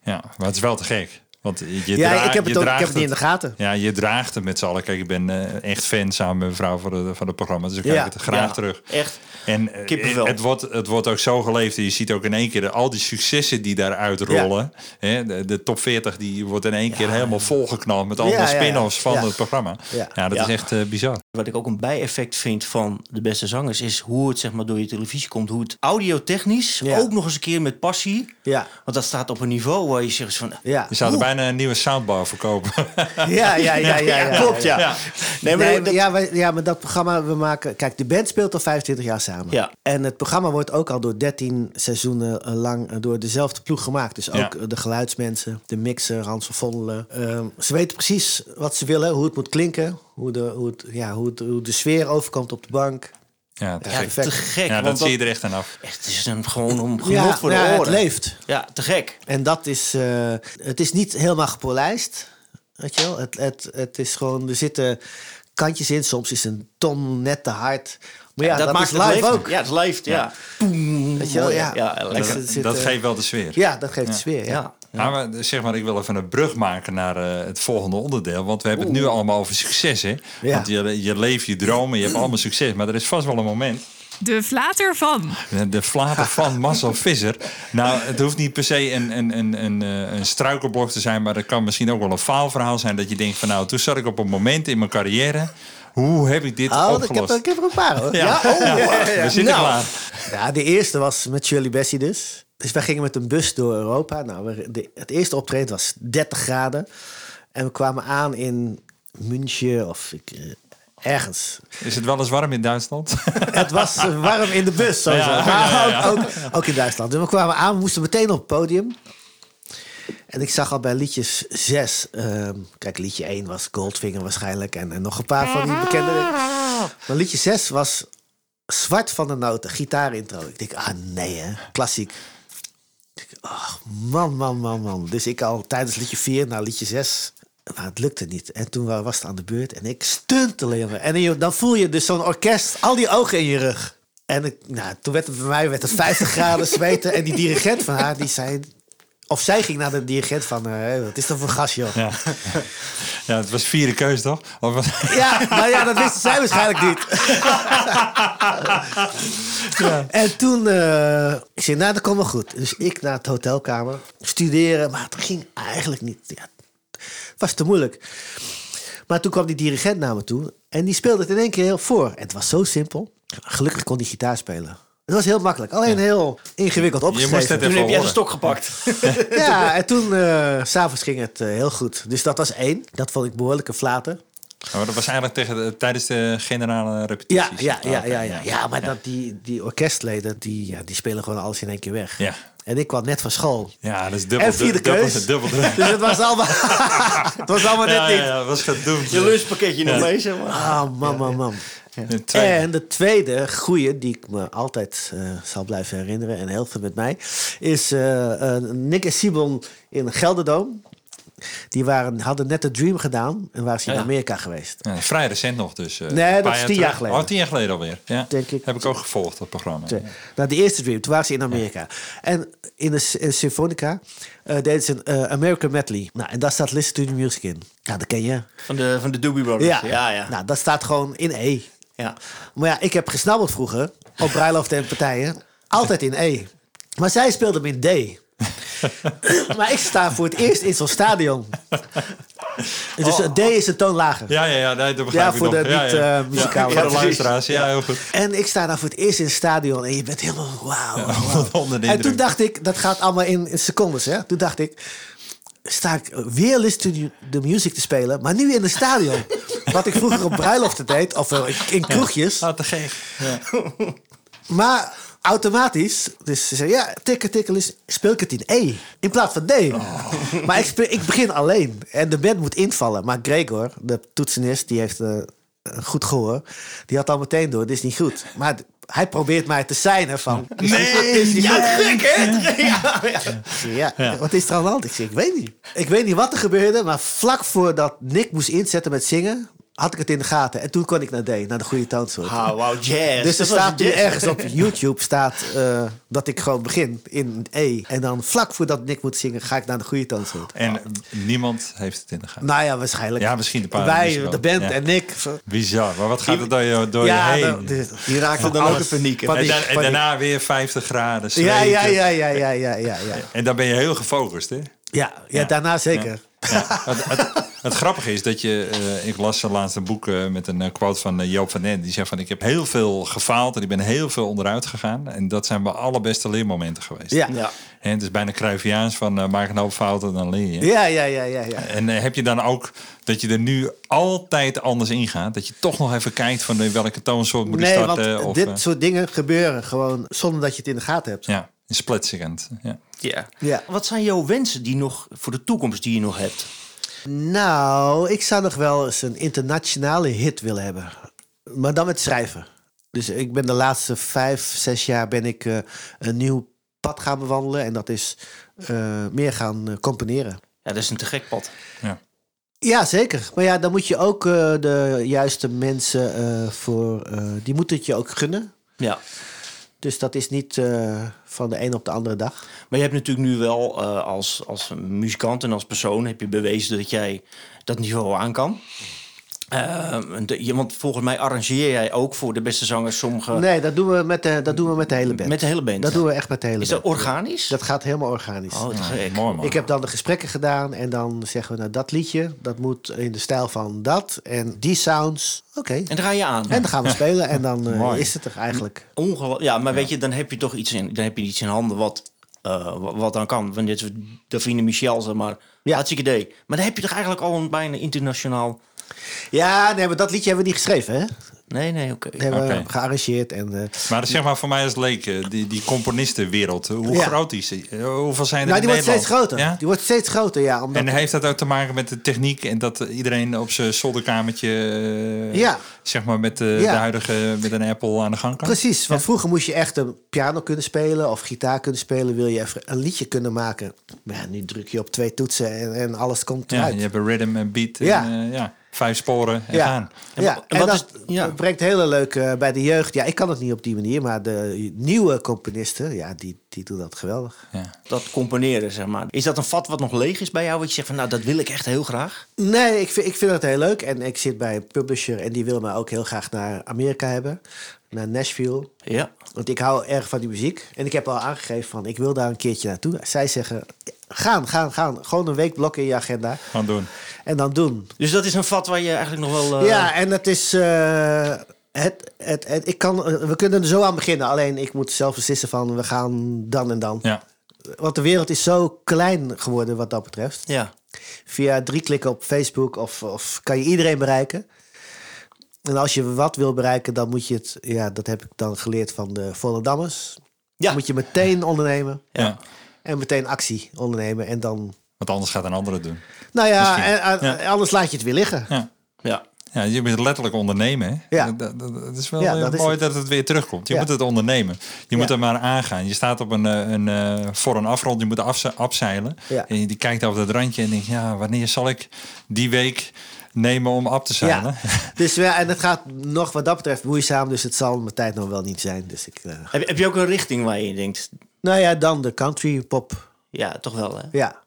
[SPEAKER 2] ja, maar het is wel te gek. Want je
[SPEAKER 3] ja,
[SPEAKER 2] draa-
[SPEAKER 3] ik heb
[SPEAKER 2] je
[SPEAKER 3] het, ook, ik
[SPEAKER 2] draagt
[SPEAKER 3] heb het niet in de gaten.
[SPEAKER 2] ja, je draagt het met z'n allen. Kijk, ik ben eh, echt fan samen met mijn vrouw van, de, van het programma. Dus ik kijk
[SPEAKER 3] Ja.
[SPEAKER 2] het graag
[SPEAKER 4] Ja,
[SPEAKER 2] terug.
[SPEAKER 4] Echt.
[SPEAKER 2] En eh,
[SPEAKER 4] Kippenvel.
[SPEAKER 2] Het, wordt, het wordt ook zo geleefd. En je ziet ook in één keer de- al die successen die daaruit rollen. Hè, de, de top 40 die wordt in één keer helemaal volgeknald met allemaal
[SPEAKER 3] Ja, ja, ja.
[SPEAKER 2] spin-offs van
[SPEAKER 3] Ja.
[SPEAKER 2] het programma. Ja,
[SPEAKER 3] Ja.
[SPEAKER 2] dat
[SPEAKER 4] Ja.
[SPEAKER 2] is echt eh, bizar.
[SPEAKER 4] Wat ik ook een bijeffect vind van de beste zangers is hoe het zeg maar door je televisie komt, hoe het audiotechnisch
[SPEAKER 3] Ja.
[SPEAKER 4] ook nog eens een keer met passie.
[SPEAKER 3] Ja.
[SPEAKER 4] Want dat staat op een niveau waar je zegt van.
[SPEAKER 3] Ja.
[SPEAKER 2] Je zou er bijna een nieuwe soundbar voor kopen.
[SPEAKER 3] Ja, ja, ja, ja, ja, ja.
[SPEAKER 4] klopt ja. Nee, maar
[SPEAKER 3] Nee,
[SPEAKER 4] dat-
[SPEAKER 3] ja, wij- ja, maar dat programma, we maken... Kijk, de band speelt al 25 jaar samen.
[SPEAKER 4] Ja.
[SPEAKER 3] En het programma wordt ook al door 13 seizoenen eh, lang eh, door dezelfde ploeg gemaakt. Dus ook
[SPEAKER 2] Ja.
[SPEAKER 3] eh, de geluidsmensen, de mixer, Hans van Vondelen. Ehm, ze weten precies wat ze willen, hoe het moet klinken. Hoe de, hoe het, ja, hoe het, hoe de sfeer overkomt op de bank.
[SPEAKER 2] Ja, te
[SPEAKER 4] ja,
[SPEAKER 2] gek.
[SPEAKER 4] te gek.
[SPEAKER 2] Ja,
[SPEAKER 4] want
[SPEAKER 2] dat
[SPEAKER 4] dat-
[SPEAKER 2] zie je er echt aan af.
[SPEAKER 4] echt, het is een, gewoon om genot
[SPEAKER 3] Ja,
[SPEAKER 4] voor
[SPEAKER 3] nou
[SPEAKER 4] de
[SPEAKER 3] ja,
[SPEAKER 4] oren.
[SPEAKER 3] het leeft.
[SPEAKER 4] Ja, te gek.
[SPEAKER 3] En dat is... eh, het is niet helemaal gepolijst. Weet je wel? Het, het, het is gewoon... Er zitten kantjes in. Soms is een ton net te hard. Maar ja, dat,
[SPEAKER 4] maakt
[SPEAKER 3] is live
[SPEAKER 4] leeft.
[SPEAKER 3] ook.
[SPEAKER 4] Ja, het leeft, ja. Poem,
[SPEAKER 3] Weet je wel,
[SPEAKER 4] mooi,
[SPEAKER 3] ja.
[SPEAKER 4] ja,
[SPEAKER 3] Dat-
[SPEAKER 4] lekker.
[SPEAKER 3] er zit,
[SPEAKER 2] dat
[SPEAKER 3] eh,
[SPEAKER 2] geeft wel de sfeer.
[SPEAKER 3] Ja, dat geeft de sfeer. Ja.
[SPEAKER 4] Ja.
[SPEAKER 2] Ja, maar zeg maar, ik wil even een brug maken naar eh, het volgende onderdeel. Want we hebben het nu allemaal over succes, hè?
[SPEAKER 3] Ja.
[SPEAKER 2] Want je, je leeft je dromen, je hebt allemaal succes. Maar er is vast wel een moment.
[SPEAKER 1] De flater van.
[SPEAKER 2] De flater van Marcel Visser. Nou, het hoeft niet per se een, een, een, een, eh, een struikelblok te zijn. Maar het kan misschien ook wel een faalverhaal zijn. Dat je denkt van, nou, toen zat ik op een moment in mijn carrière. Hoe heb ik dit
[SPEAKER 3] Oh, ik heb,
[SPEAKER 2] opgelost?
[SPEAKER 3] er- ik heb er een paar hoor.
[SPEAKER 2] Ja,
[SPEAKER 3] oh,
[SPEAKER 2] ja, we zitten
[SPEAKER 3] Nou,
[SPEAKER 2] klaar.
[SPEAKER 3] Ja, de eerste was met Shirley Bessie dus. Dus wij gingen met een bus door Europa. Nou, we- de, het eerste optreden was 30 graden. En we kwamen aan in München of ik, eh, ergens.
[SPEAKER 2] Is het wel eens warm in Duitsland?
[SPEAKER 3] Het was eh, warm in de bus, sowieso.
[SPEAKER 2] Ja,
[SPEAKER 3] maar
[SPEAKER 2] ja, ja.
[SPEAKER 3] Ook, ook, ook in Duitsland. Dus we kwamen aan, we moesten meteen op het podium. En ik zag al bij liedjes zes... ehm, kijk, liedje één was Goldfinger waarschijnlijk... en, en nog een paar van die bekende... Maar liedje zes was Zwart van de Noten, gitaarintro. Ik denk, ah nee hè, klassiek. Ik denk, ach, man, man, man, man. Dus ik al tijdens liedje 4 naar liedje 6. Maar het lukte niet. En toen wa- was het aan de beurt en ik stuntelde, jongen. En je- dan voel je dus zo'n orkest, al die ogen in je rug. En ik, nou, toen werd het bij mij werd het 50 graden zweten. En die dirigent van haar, die zei... Of zij ging naar de dirigent van... eh, wat is dat voor gas, joh?
[SPEAKER 2] Ja. ja, het was vierde keus toch? Of wat?
[SPEAKER 3] Ja, maar ja, dat wisten zij waarschijnlijk niet. En toen, eh, ik zei, nou, dat komt wel goed. Dus ik naar het hotelkamer, studeren, maar dat ging eigenlijk niet. Ja, het was te moeilijk. Maar toen kwam die dirigent naar me toe en die speelde het in één keer heel voor. En het was zo simpel. Gelukkig kon die gitaar spelen. Het was heel makkelijk, alleen heel ingewikkeld
[SPEAKER 2] moest
[SPEAKER 3] opgeschreven.
[SPEAKER 2] het
[SPEAKER 4] Toen
[SPEAKER 2] Even
[SPEAKER 4] heb jij de
[SPEAKER 2] horen.
[SPEAKER 4] stok gepakt.
[SPEAKER 3] Ja, en toen, eh, s s'avonds ging het eh, heel goed. Dus dat was één. Dat vond ik behoorlijke flater.
[SPEAKER 2] Maar dat was eigenlijk tegen de- tijdens de generale
[SPEAKER 3] Ja,
[SPEAKER 2] repetities. Ah,
[SPEAKER 3] ja, ja,
[SPEAKER 2] Oké,
[SPEAKER 3] ja, ja. ja maar Dat die, die orkestleden, die, ja, die spelen gewoon alles in één keer weg.
[SPEAKER 2] Ja.
[SPEAKER 3] En ik kwam net van school.
[SPEAKER 2] Ja, dat is dubbel.
[SPEAKER 3] en vierde
[SPEAKER 2] dubbel,
[SPEAKER 3] keus.
[SPEAKER 2] Dubbel, dubbel,
[SPEAKER 3] Dus het was allemaal, het was allemaal
[SPEAKER 2] ja,
[SPEAKER 3] net
[SPEAKER 2] ja,
[SPEAKER 3] niet.
[SPEAKER 2] ja, was gedoemd. eh.
[SPEAKER 4] Je lunchpakketje nog mee, zeg maar.
[SPEAKER 3] Ah, man, man, man.
[SPEAKER 2] De tweede.
[SPEAKER 3] En de tweede goeie, die ik me altijd eh, zal blijven herinneren... en heel veel met mij, is eh, eh, Nick en Sibon in Gelderdoom. Die waren, hadden net de Dream gedaan en waren ze in
[SPEAKER 4] Ja.
[SPEAKER 3] Amerika geweest.
[SPEAKER 2] Ja, vrij recent nog dus. eh,
[SPEAKER 3] Nee,
[SPEAKER 2] een
[SPEAKER 3] dat
[SPEAKER 2] paar
[SPEAKER 3] is
[SPEAKER 2] jaar
[SPEAKER 3] tien jaar
[SPEAKER 2] terug.
[SPEAKER 3] geleden.
[SPEAKER 2] Oh, tien jaar geleden alweer. Ja.
[SPEAKER 3] Denk ik.
[SPEAKER 2] Heb ik ook gevolgd, dat programma.
[SPEAKER 3] Na Nou, de eerste Dream, toen waren ze in Amerika. En in de s- eh, Symfonica eh, deden ze een eh, American Medley. Nou, en daar staat Listen to the Music in. Ja, dat ken je.
[SPEAKER 4] Van de, van de Doobie Brothers.
[SPEAKER 3] Ja,
[SPEAKER 4] Ja, ja. ja.
[SPEAKER 3] Nou, dat staat gewoon in E. Maar ja, ik heb gesnabbeld vroeger op bruiloften en partijen. Altijd in E. Maar zij speelde hem in D. maar ik sta voor het eerst in zo'n stadion. Dus eh, D is een toon lager.
[SPEAKER 2] Ja, ja, ja, nee, dat begrijp
[SPEAKER 3] Ja,
[SPEAKER 2] ik
[SPEAKER 3] voor
[SPEAKER 2] nog.
[SPEAKER 3] de eh,
[SPEAKER 2] ja, ja. Ja, voor
[SPEAKER 3] niet-muzikale.
[SPEAKER 2] de
[SPEAKER 4] Ja, precies.
[SPEAKER 2] luisteraars. Ja, heel goed.
[SPEAKER 3] En ik sta daar voor het eerst in het stadion en je bent helemaal wauw. wauw.
[SPEAKER 2] onder de
[SPEAKER 3] en toen
[SPEAKER 2] indruk.
[SPEAKER 3] dacht ik, dat gaat allemaal in, in secondes. Hè? Toen dacht ik, sta ik weer Listen to the Music te spelen, maar nu in het stadion. Wat ik vroeger op bruiloften deed, of eh, in kroegjes.
[SPEAKER 2] Ah, te gek.
[SPEAKER 3] Maar automatisch, dus ze zei, ja, tikken, tikken, lis- speel ik het in E in plaats van D. Maar ik, speel- ik begin alleen en de band moet invallen. Maar Gregor, de toetsenist, die heeft eh, een goed gehoor. Die had al meteen door, dit is niet goed. Maar d- hij probeert mij te zijn van...
[SPEAKER 4] Nee, ja, gek hè? Ja, ja.
[SPEAKER 3] Ja, wat is er aan de hand? Ik zeg, ik weet niet. Ik weet niet wat er gebeurde, maar vlak voordat Nick moest inzetten met zingen... had ik het in de gaten. En toen kon ik naar D, naar de goede toonsoort.
[SPEAKER 4] Ah, wauw,
[SPEAKER 3] Dus er
[SPEAKER 4] jazz. Dat was
[SPEAKER 3] staat nu
[SPEAKER 4] jazz.
[SPEAKER 3] ergens op YouTube staat, eh, dat ik gewoon begin in E. En dan vlak voordat Nick moet zingen, ga ik naar de goede toonsoort.
[SPEAKER 2] En eh, niemand heeft het in de gaten.
[SPEAKER 3] Nou ja, waarschijnlijk.
[SPEAKER 2] Ja, misschien een paar mensen
[SPEAKER 3] Wij,
[SPEAKER 2] wel.
[SPEAKER 3] de band
[SPEAKER 2] Ja.
[SPEAKER 3] en Nick. Zo-
[SPEAKER 2] Bizar. Maar wat gaat er door je, door
[SPEAKER 3] ja,
[SPEAKER 2] je
[SPEAKER 3] dan-
[SPEAKER 2] heen?
[SPEAKER 3] dit-
[SPEAKER 4] Die raakte dan ook in paniek. hè?
[SPEAKER 3] Wat-
[SPEAKER 2] en,
[SPEAKER 3] paniek,
[SPEAKER 2] dan- en
[SPEAKER 3] paniek.
[SPEAKER 2] daarna weer 50 graden.
[SPEAKER 3] ja,
[SPEAKER 2] zweten.
[SPEAKER 3] ja, ja, ja, ja, ja, ja, ja.
[SPEAKER 2] En dan ben je heel gefocust, hè?
[SPEAKER 3] Ja, ja, daarna zeker.
[SPEAKER 2] Ja, het, het, het grappige is dat je, eh, ik las laatst een boek eh, met een eh, quote van eh, Joop van Den. Die zei van, ik heb heel veel gefaald en ik ben heel veel onderuit gegaan. En dat zijn mijn allerbeste leermomenten geweest.
[SPEAKER 3] Ja, ja,
[SPEAKER 4] Ja.
[SPEAKER 2] En het is bijna Cruyffiaans van, eh, maak een hoop fouten, dan leer je.
[SPEAKER 3] ja, ja, ja. ja, ja.
[SPEAKER 2] En eh, heb je dan ook dat je er nu altijd anders ingaat? Dat je toch nog even kijkt van eh, welke toonsoort moet ik
[SPEAKER 3] Nee, want
[SPEAKER 2] starten? of,
[SPEAKER 3] dit
[SPEAKER 2] eh,
[SPEAKER 3] soort dingen gebeuren gewoon zonder dat je het in de gaten hebt.
[SPEAKER 2] ja, een split second. Ja.
[SPEAKER 4] Ja.
[SPEAKER 3] Ja.
[SPEAKER 4] Wat zijn jouw wensen die nog, voor de toekomst die je nog hebt?
[SPEAKER 3] Nou, ik zou nog wel eens een internationale hit willen hebben. Maar dan met schrijven. Dus ik ben de laatste vijf, zes jaar ben ik eh, een nieuw pad gaan bewandelen. En dat is eh, meer gaan eh, componeren.
[SPEAKER 4] Ja, dat is een te gek pad.
[SPEAKER 3] Ja, zeker. Maar ja, dan moet je ook eh, de juiste mensen eh, voor... eh, die moeten het je ook gunnen.
[SPEAKER 4] Ja.
[SPEAKER 3] Dus dat is niet eh, van de een op de andere dag.
[SPEAKER 4] Maar je hebt natuurlijk nu wel eh, als, als muzikant en als persoon heb je bewezen dat jij dat niveau aan kan. Eh, de- je- want volgens mij arrangeer jij ook voor de beste zangers sommige...
[SPEAKER 3] Nee, dat doen, we met de, dat doen we met de hele band.
[SPEAKER 4] Oh. Met de hele band,
[SPEAKER 3] Dat
[SPEAKER 4] ja.
[SPEAKER 3] doen we echt met de hele
[SPEAKER 4] Is
[SPEAKER 3] band.
[SPEAKER 4] dat organisch?
[SPEAKER 3] Dat gaat helemaal organisch.
[SPEAKER 4] Oh, te gek.
[SPEAKER 2] Mooi man.
[SPEAKER 3] Ik heb dan de gesprekken gedaan en dan zeggen we, nou dat liedje, dat moet in de stijl van dat en die sounds. Oké.
[SPEAKER 4] En draai je aan.
[SPEAKER 3] En dan gaan we spelen en dan eh,
[SPEAKER 2] Mooi.
[SPEAKER 3] is het er eigenlijk.
[SPEAKER 4] Ongelo- ja, maar weet je, dan heb je toch iets in, dan heb je iets in handen wat, eh, wa- wat dan kan. Want dit is Davine Michel, zeg maar. Ja. Hartstikke idee. Maar dan heb je toch eigenlijk al een bijna internationaal...
[SPEAKER 3] Hm. Ja, nee, maar dat liedje hebben we niet geschreven, hè?
[SPEAKER 4] Nee, nee, oké.
[SPEAKER 3] Die hebben we
[SPEAKER 2] Oké.
[SPEAKER 3] gearrangeerd. En, eh,
[SPEAKER 2] Maar dat is zeg maar voor mij als leek, eh, die, die componistenwereld, eh, hoe
[SPEAKER 3] Ja.
[SPEAKER 2] groot is die? Eh, Hoeveel zijn er
[SPEAKER 3] nou,
[SPEAKER 2] in
[SPEAKER 3] die
[SPEAKER 2] Nederland?
[SPEAKER 3] wordt steeds groter.
[SPEAKER 2] Ja?
[SPEAKER 3] Die wordt steeds groter, ja. Omdat,
[SPEAKER 2] En heeft dat ook te maken met de techniek en dat iedereen op zijn zolderkamertje, eh,
[SPEAKER 3] Ja.
[SPEAKER 2] zeg maar met eh,
[SPEAKER 3] Ja.
[SPEAKER 2] de huidige, met een Apple aan de gang kan?
[SPEAKER 3] precies, want vroeger moest je echt een piano kunnen spelen of gitaar kunnen spelen. Wil je even een liedje kunnen maken. Maar ja, nu druk je op twee toetsen en, en alles komt
[SPEAKER 2] Ja,
[SPEAKER 3] eruit.
[SPEAKER 2] je hebt een rhythm en beat, en,
[SPEAKER 3] Ja.
[SPEAKER 2] eh, ja, vijf sporen en gaan.
[SPEAKER 3] Ja,
[SPEAKER 4] wat-
[SPEAKER 3] en,
[SPEAKER 4] wat
[SPEAKER 3] dat
[SPEAKER 4] is- ja.
[SPEAKER 3] brengt hele leuk eh, bij de jeugd. Ja, ik kan het niet op die manier, maar de nieuwe componisten, ja, die, die doen dat geweldig.
[SPEAKER 2] Ja.
[SPEAKER 4] Dat componeren, zeg maar. Is dat een vat wat nog leeg is bij jou? Wat je zegt van, nou, dat wil ik echt heel graag.
[SPEAKER 3] Nee, ik vind, ik vind dat heel leuk. En ik zit bij een publisher en die wil mij ook heel graag naar Amerika hebben. Naar Nashville.
[SPEAKER 4] Ja.
[SPEAKER 3] Want ik hou erg van die muziek. En ik heb al aangegeven van, ik wil daar een keertje naartoe. Zij zeggen, gaan, gaan, gaan. Gewoon een week blokken in je agenda.
[SPEAKER 2] Gaan doen.
[SPEAKER 3] En dan doen.
[SPEAKER 4] Dus dat is een vat waar je eigenlijk nog wel... eh,
[SPEAKER 3] Ja, en het is. eh, het, het, het, ik kan, eh, we kunnen er zo aan beginnen. Alleen ik moet zelf beslissen van we gaan dan en dan.
[SPEAKER 2] Ja.
[SPEAKER 3] Want de wereld is zo klein geworden wat dat betreft.
[SPEAKER 4] Ja.
[SPEAKER 3] Via drie klikken op Facebook of, of kan je iedereen bereiken. En als je wat wil bereiken, dan moet je het. Ja, dat heb ik dan geleerd van de Volendammers.
[SPEAKER 4] Ja.
[SPEAKER 3] Moet je meteen ondernemen.
[SPEAKER 2] Ja.
[SPEAKER 3] En meteen actie ondernemen. En dan.
[SPEAKER 2] want anders gaat een andere het doen.
[SPEAKER 3] Nou ja,
[SPEAKER 2] Misschien.
[SPEAKER 3] en, en- anders laat je het weer liggen.
[SPEAKER 2] Ja.
[SPEAKER 4] Ja.
[SPEAKER 2] Ja, je bent letterlijk ondernemen. Hè?
[SPEAKER 3] Ja.
[SPEAKER 2] Dat, dat- dat is wel
[SPEAKER 3] Ja,
[SPEAKER 2] heel
[SPEAKER 3] dat is
[SPEAKER 2] mooi
[SPEAKER 3] het.
[SPEAKER 2] dat het weer terugkomt. Je
[SPEAKER 3] Ja.
[SPEAKER 2] moet het ondernemen. Je moet
[SPEAKER 3] Ja.
[SPEAKER 2] er maar aangaan. Je staat op een, eh, een, eh, voor een afrond, je moet afze- afzeilen.
[SPEAKER 3] Ja.
[SPEAKER 2] En je die kijkt over dat randje en denkt, ja, wanneer zal ik die week nemen om af te zeilen?
[SPEAKER 3] Dus ja, en het gaat nog wat dat betreft moeizaam. Dus het zal mijn tijd nog wel niet zijn. Dus ik, eh,
[SPEAKER 4] Heb, heb je ook een richting waar je in denkt?
[SPEAKER 3] nou ja, dan de country pop.
[SPEAKER 4] Ja, toch wel, hè?
[SPEAKER 3] Ja.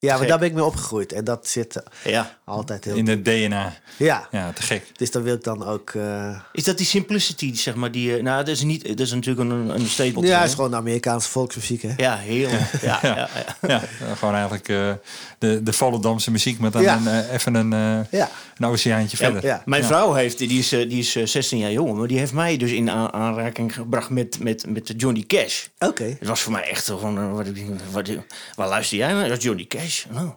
[SPEAKER 3] Ja, maar
[SPEAKER 4] Gek.
[SPEAKER 3] daar ben ik mee opgegroeid. En dat zit eh,
[SPEAKER 4] Ja.
[SPEAKER 3] altijd heel...
[SPEAKER 2] In het DNA.
[SPEAKER 3] Ja.
[SPEAKER 2] Ja, te gek.
[SPEAKER 3] Dus dan wil ik dan ook... eh,
[SPEAKER 4] Is dat die simplicity, zeg maar, die... eh, Nou, dat is, niet, dat is natuurlijk een, een statement.
[SPEAKER 3] ja,
[SPEAKER 4] hè?
[SPEAKER 3] is gewoon de Amerikaanse volksmuziek, hè?
[SPEAKER 4] Ja, heel. Ja, ja, ja.
[SPEAKER 2] Ja, eh, gewoon eigenlijk eh, de, de Volendamse muziek, maar dan
[SPEAKER 3] Ja.
[SPEAKER 2] een, eh, even een, eh,
[SPEAKER 3] Ja.
[SPEAKER 2] een oceaantje verder.
[SPEAKER 3] ja.
[SPEAKER 4] Mijn vrouw heeft, die is, eh, die is eh, 16 jaar jong, maar die heeft mij dus in a- aanraking gebracht met, met, met Johnny Cash.
[SPEAKER 3] Oké.
[SPEAKER 4] Het was voor mij echt gewoon, eh, wat, wat, waar luister jij naar? Dat is Johnny Cash. Nou,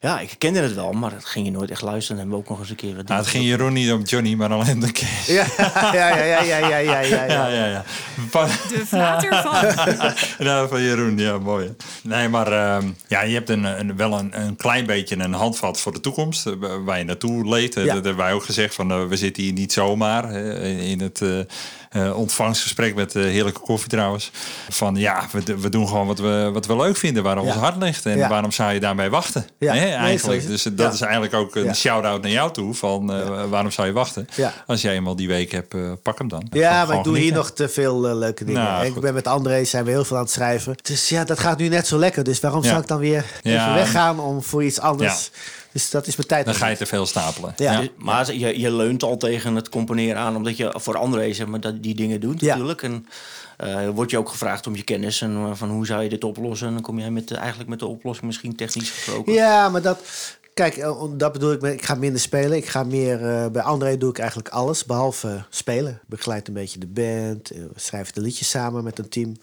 [SPEAKER 4] ja, ik kende het wel, maar dat ging je nooit echt luisteren. En hebben we ook nog eens een keer wat
[SPEAKER 2] Nou, het ging Jeroen niet om Johnny, maar alleen de Cash.
[SPEAKER 3] Ja, ja, ja, ja, ja, ja, ja, ja.
[SPEAKER 2] Ja, ja, ja. Pa-
[SPEAKER 1] De flater van.
[SPEAKER 2] Nou, van Jeroen, ja, mooi. hè. Nee, maar ehm, ja, je hebt een, een, wel een, een klein beetje een handvat voor de toekomst. eh, waar je naartoe leed. Eh,
[SPEAKER 3] Ja.
[SPEAKER 2] Dat hebben wij ook gezegd. Van, eh, we zitten hier niet zomaar. hè, in het eh, eh, ontvangstgesprek met eh, heerlijke koffie trouwens. Van ja, we, d- we doen gewoon wat we, wat we leuk vinden. Waar ons
[SPEAKER 3] Ja.
[SPEAKER 2] hart ligt. En
[SPEAKER 3] Ja.
[SPEAKER 2] waarom zou je daarmee wachten?
[SPEAKER 3] Ja.
[SPEAKER 2] Hè,
[SPEAKER 3] Nee, zo
[SPEAKER 2] eigenlijk.
[SPEAKER 3] is het.
[SPEAKER 2] dus dat
[SPEAKER 3] Ja.
[SPEAKER 2] is eigenlijk ook een
[SPEAKER 3] Ja.
[SPEAKER 2] shout-out naar jou toe. Van eh, waarom zou je wachten?
[SPEAKER 3] Ja.
[SPEAKER 2] Als jij eenmaal die week hebt, eh, pak hem dan. Gewoon-
[SPEAKER 3] Ja, maar
[SPEAKER 2] gewoon
[SPEAKER 3] ik doe hier
[SPEAKER 2] genieten.
[SPEAKER 3] nog te veel eh, leuke dingen.
[SPEAKER 2] Nou,
[SPEAKER 3] En ik
[SPEAKER 2] goed.
[SPEAKER 3] ben met André, zijn we heel veel aan het schrijven. Dus ja, dat gaat nu net zo lekker. Dus waarom
[SPEAKER 2] Ja.
[SPEAKER 3] zou ik dan weer
[SPEAKER 2] Ja.
[SPEAKER 3] even weggaan om voor iets anders? Dus dat is mijn tijd.
[SPEAKER 2] Dan ga je te veel stapelen.
[SPEAKER 3] Ja.
[SPEAKER 4] Dus- Maar je, je leunt al tegen het componeren aan, omdat je voor anderen zeg maar, dat, die dingen doet
[SPEAKER 3] Ja.
[SPEAKER 4] natuurlijk. En eh word je ook gevraagd om je kennis en eh, van hoe zou je dit oplossen. En dan kom jij met, de- eigenlijk met de oplossing misschien technisch gesproken.
[SPEAKER 3] Ja, maar dat. Kijk, eh, om- dat bedoel ik. met Ik ga minder spelen. Ik ga meer. eh, bij André doe ik eigenlijk alles behalve spelen. Ik Begeleid een beetje de band. eh, we Schrijven de liedjes samen met een team.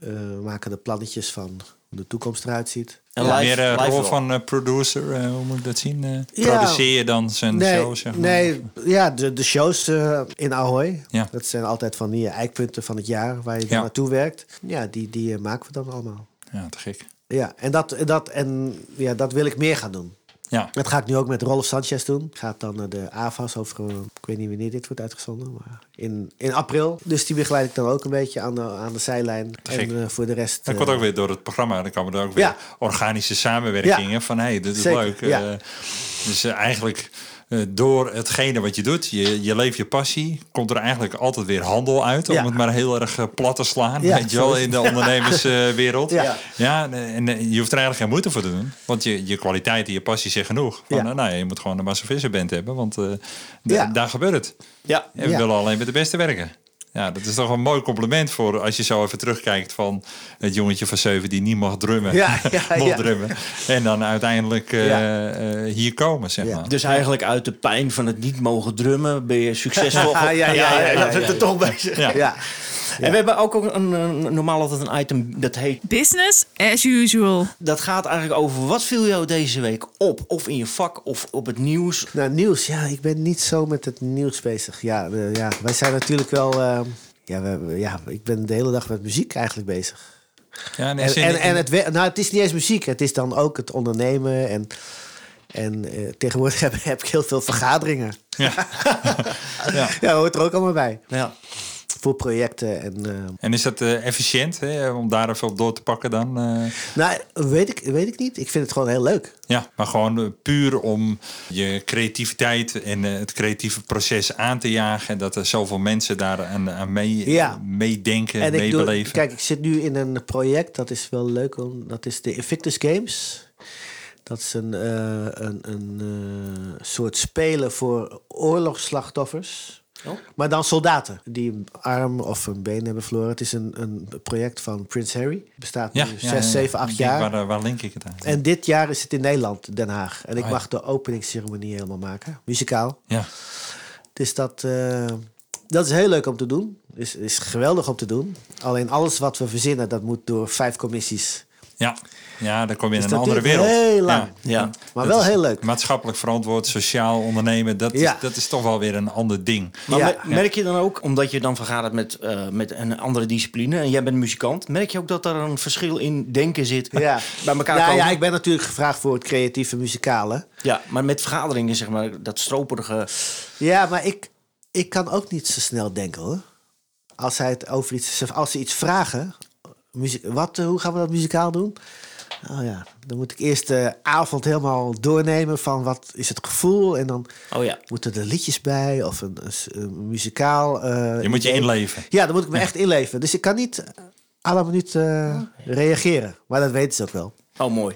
[SPEAKER 3] eh, we maken de plannetjes van hoe de toekomst eruit ziet.
[SPEAKER 4] En
[SPEAKER 2] Ja,
[SPEAKER 4] live-
[SPEAKER 2] meer een
[SPEAKER 4] live
[SPEAKER 2] rol
[SPEAKER 4] wel.
[SPEAKER 2] van eh, producer, eh, hoe moet ik dat zien? Eh,
[SPEAKER 3] Ja.
[SPEAKER 2] Produceer je dan zijn
[SPEAKER 3] nee,
[SPEAKER 2] show, zeg maar?
[SPEAKER 3] nee, ja, de, de shows eh, in Ahoy.
[SPEAKER 2] Ja.
[SPEAKER 3] Dat zijn altijd van die eh, eikpunten van het jaar waar je dan
[SPEAKER 2] Ja.
[SPEAKER 3] naartoe werkt. Ja, die, die eh, maken we dan allemaal.
[SPEAKER 2] Ja, te gek.
[SPEAKER 3] Ja, en, dat, dat, en ja, dat wil ik meer gaan doen.
[SPEAKER 2] Ja,
[SPEAKER 3] Dat ga ik nu ook met Rolf Sanchez doen. Gaat dan naar de AVAS over, eh, ik weet niet wanneer dit wordt uitgezonden, maar in, in april. Dus die begeleid ik dan ook een beetje aan de, aan de zijlijn.
[SPEAKER 2] gek.
[SPEAKER 3] En eh, voor de rest...
[SPEAKER 2] dat
[SPEAKER 3] eh,
[SPEAKER 2] komt ook weer door het programma. Dan komen er ook weer
[SPEAKER 3] Ja.
[SPEAKER 2] organische samenwerkingen
[SPEAKER 3] Ja.
[SPEAKER 2] van... hé, hey, dit is
[SPEAKER 3] Zeker,
[SPEAKER 2] leuk.
[SPEAKER 3] ja.
[SPEAKER 2] Eh, dus eh, eigenlijk eh, door hetgene wat je doet, je, je leeft je passie... komt er eigenlijk altijd weer handel uit. Om
[SPEAKER 3] Ja.
[SPEAKER 2] het maar heel erg eh, plat te slaan,
[SPEAKER 3] Ja,
[SPEAKER 2] weet je wel,
[SPEAKER 3] zo is
[SPEAKER 2] in de ondernemerswereld.
[SPEAKER 3] Ja.
[SPEAKER 2] ja. en, eh, je hoeft er eigenlijk geen moeite voor te doen. Want je, je kwaliteit en je passie zijn genoeg. Van,
[SPEAKER 3] Ja.
[SPEAKER 2] eh, nou, je moet gewoon een Massa Visser Band hebben, want eh, da-
[SPEAKER 3] Ja.
[SPEAKER 2] daar gebeurt het.
[SPEAKER 4] Ja.
[SPEAKER 2] En we
[SPEAKER 3] Ja.
[SPEAKER 2] willen alleen met de beste werken. Ja, dat is toch een mooi compliment voor als je zo even terugkijkt van het jongetje van zeven die niet mag drummen.
[SPEAKER 3] Ja, ja,
[SPEAKER 2] mocht
[SPEAKER 3] ja.
[SPEAKER 2] drummen. En dan uiteindelijk eh,
[SPEAKER 3] Ja.
[SPEAKER 2] eh, hier komen, zeg
[SPEAKER 3] Ja.
[SPEAKER 2] maar.
[SPEAKER 4] Dus eigenlijk uit de pijn van het niet mogen drummen ben je succesvol.
[SPEAKER 3] Ja, ja, ja, ja, ja,
[SPEAKER 4] dat
[SPEAKER 3] ja,
[SPEAKER 4] het er
[SPEAKER 3] ja.
[SPEAKER 4] toch bij zit.
[SPEAKER 2] Ja.
[SPEAKER 3] Ja,
[SPEAKER 4] En we hebben ook een, een, normaal altijd een item dat heet...
[SPEAKER 1] Business as usual.
[SPEAKER 4] Dat gaat eigenlijk over wat viel jou deze week op? Of in je vak, of op het nieuws.
[SPEAKER 3] Nou, nieuws. Ja, ik ben niet zo met het nieuws bezig. Ja, eh, ja. wij zijn natuurlijk wel... eh, ja, we, ja, ik ben de hele dag met muziek eigenlijk bezig.
[SPEAKER 2] Ja, nee,
[SPEAKER 3] En,
[SPEAKER 2] zin
[SPEAKER 3] en,
[SPEAKER 2] in-
[SPEAKER 3] en het, we- nou, het is niet eens muziek. Het is dan ook het ondernemen. En, en eh, tegenwoordig heb, heb ik heel veel vergaderingen.
[SPEAKER 2] ja.
[SPEAKER 3] Ja. hoort er ook allemaal bij.
[SPEAKER 4] Ja.
[SPEAKER 3] Voor projecten en... eh,
[SPEAKER 2] En is dat eh, efficiënt hè, om daar even op door te pakken dan? eh?
[SPEAKER 3] nou, weet ik, weet ik niet. Ik vind het gewoon heel leuk.
[SPEAKER 2] Ja, maar gewoon eh, puur om je creativiteit en eh, het creatieve proces aan te jagen. En dat er zoveel mensen daar aan, aan mee,
[SPEAKER 3] Ja.
[SPEAKER 2] meedenken,
[SPEAKER 3] En ik doe,
[SPEAKER 2] meebeleven.
[SPEAKER 3] kijk, ik zit nu in een project, dat is wel leuk, om, dat is de Invictus Games. Dat is een, eh, een, een eh, soort spelen voor oorlogsslachtoffers.
[SPEAKER 4] Oh.
[SPEAKER 3] Maar dan soldaten die een arm of een been hebben verloren. Het is een, een project van Prins Harry. Bestaat nu
[SPEAKER 2] ja,
[SPEAKER 3] zes,
[SPEAKER 2] ja, ja.
[SPEAKER 3] zeven,
[SPEAKER 2] Ik
[SPEAKER 3] acht
[SPEAKER 2] denk,
[SPEAKER 3] jaar.
[SPEAKER 2] Waar, eh, waar link ik het aan?
[SPEAKER 3] En dit jaar is het in Nederland, Den Haag. En ik
[SPEAKER 2] Oh ja.
[SPEAKER 3] mag de openingsceremonie helemaal maken, muzikaal.
[SPEAKER 2] Ja,
[SPEAKER 3] Dus dat, eh, dat is heel leuk om te doen. Is, is geweldig om te doen. Alleen alles wat we verzinnen, dat moet door vijf commissies.
[SPEAKER 2] ja. ja, dan kom je in
[SPEAKER 3] Dus
[SPEAKER 2] een
[SPEAKER 3] dat
[SPEAKER 2] andere
[SPEAKER 3] duurt
[SPEAKER 2] wereld.
[SPEAKER 3] heel lang.
[SPEAKER 2] Ja.
[SPEAKER 4] Ja.
[SPEAKER 3] Maar
[SPEAKER 2] Dat
[SPEAKER 3] wel
[SPEAKER 2] is
[SPEAKER 3] heel leuk.
[SPEAKER 2] Maatschappelijk verantwoord, sociaal ondernemen, dat,
[SPEAKER 3] Ja.
[SPEAKER 2] is, dat is toch wel weer een ander ding.
[SPEAKER 4] Maar
[SPEAKER 3] Ja.
[SPEAKER 4] mer- merk je dan ook, omdat je dan vergadert met, eh, met een andere discipline... en jij bent muzikant, merk je ook dat daar een verschil in denken zit?
[SPEAKER 3] Ja. Nou
[SPEAKER 4] Bij elkaar
[SPEAKER 3] ja,
[SPEAKER 4] komen?
[SPEAKER 3] ja, ik ben natuurlijk gevraagd voor het creatieve muzikale.
[SPEAKER 4] Ja, maar met vergaderingen, zeg maar, dat stroperige...
[SPEAKER 3] Ja, maar ik, ik kan ook niet zo snel denken hoor. Als, hij het over iets, als ze iets vragen, muziek, wat, eh, hoe gaan we dat muzikaal doen? Oh ja, dan moet ik eerst de avond helemaal doornemen van wat is het gevoel. En dan
[SPEAKER 4] Oh ja.
[SPEAKER 3] moeten er liedjes bij of een, een s- een muzikaal... eh,
[SPEAKER 2] Je moet je
[SPEAKER 3] idee.
[SPEAKER 2] inleven.
[SPEAKER 3] Ja, dan moet ik me echt inleven. Dus ik kan niet eh, à la minuut eh, reageren. Maar dat weten ze ook wel.
[SPEAKER 4] Oh, mooi.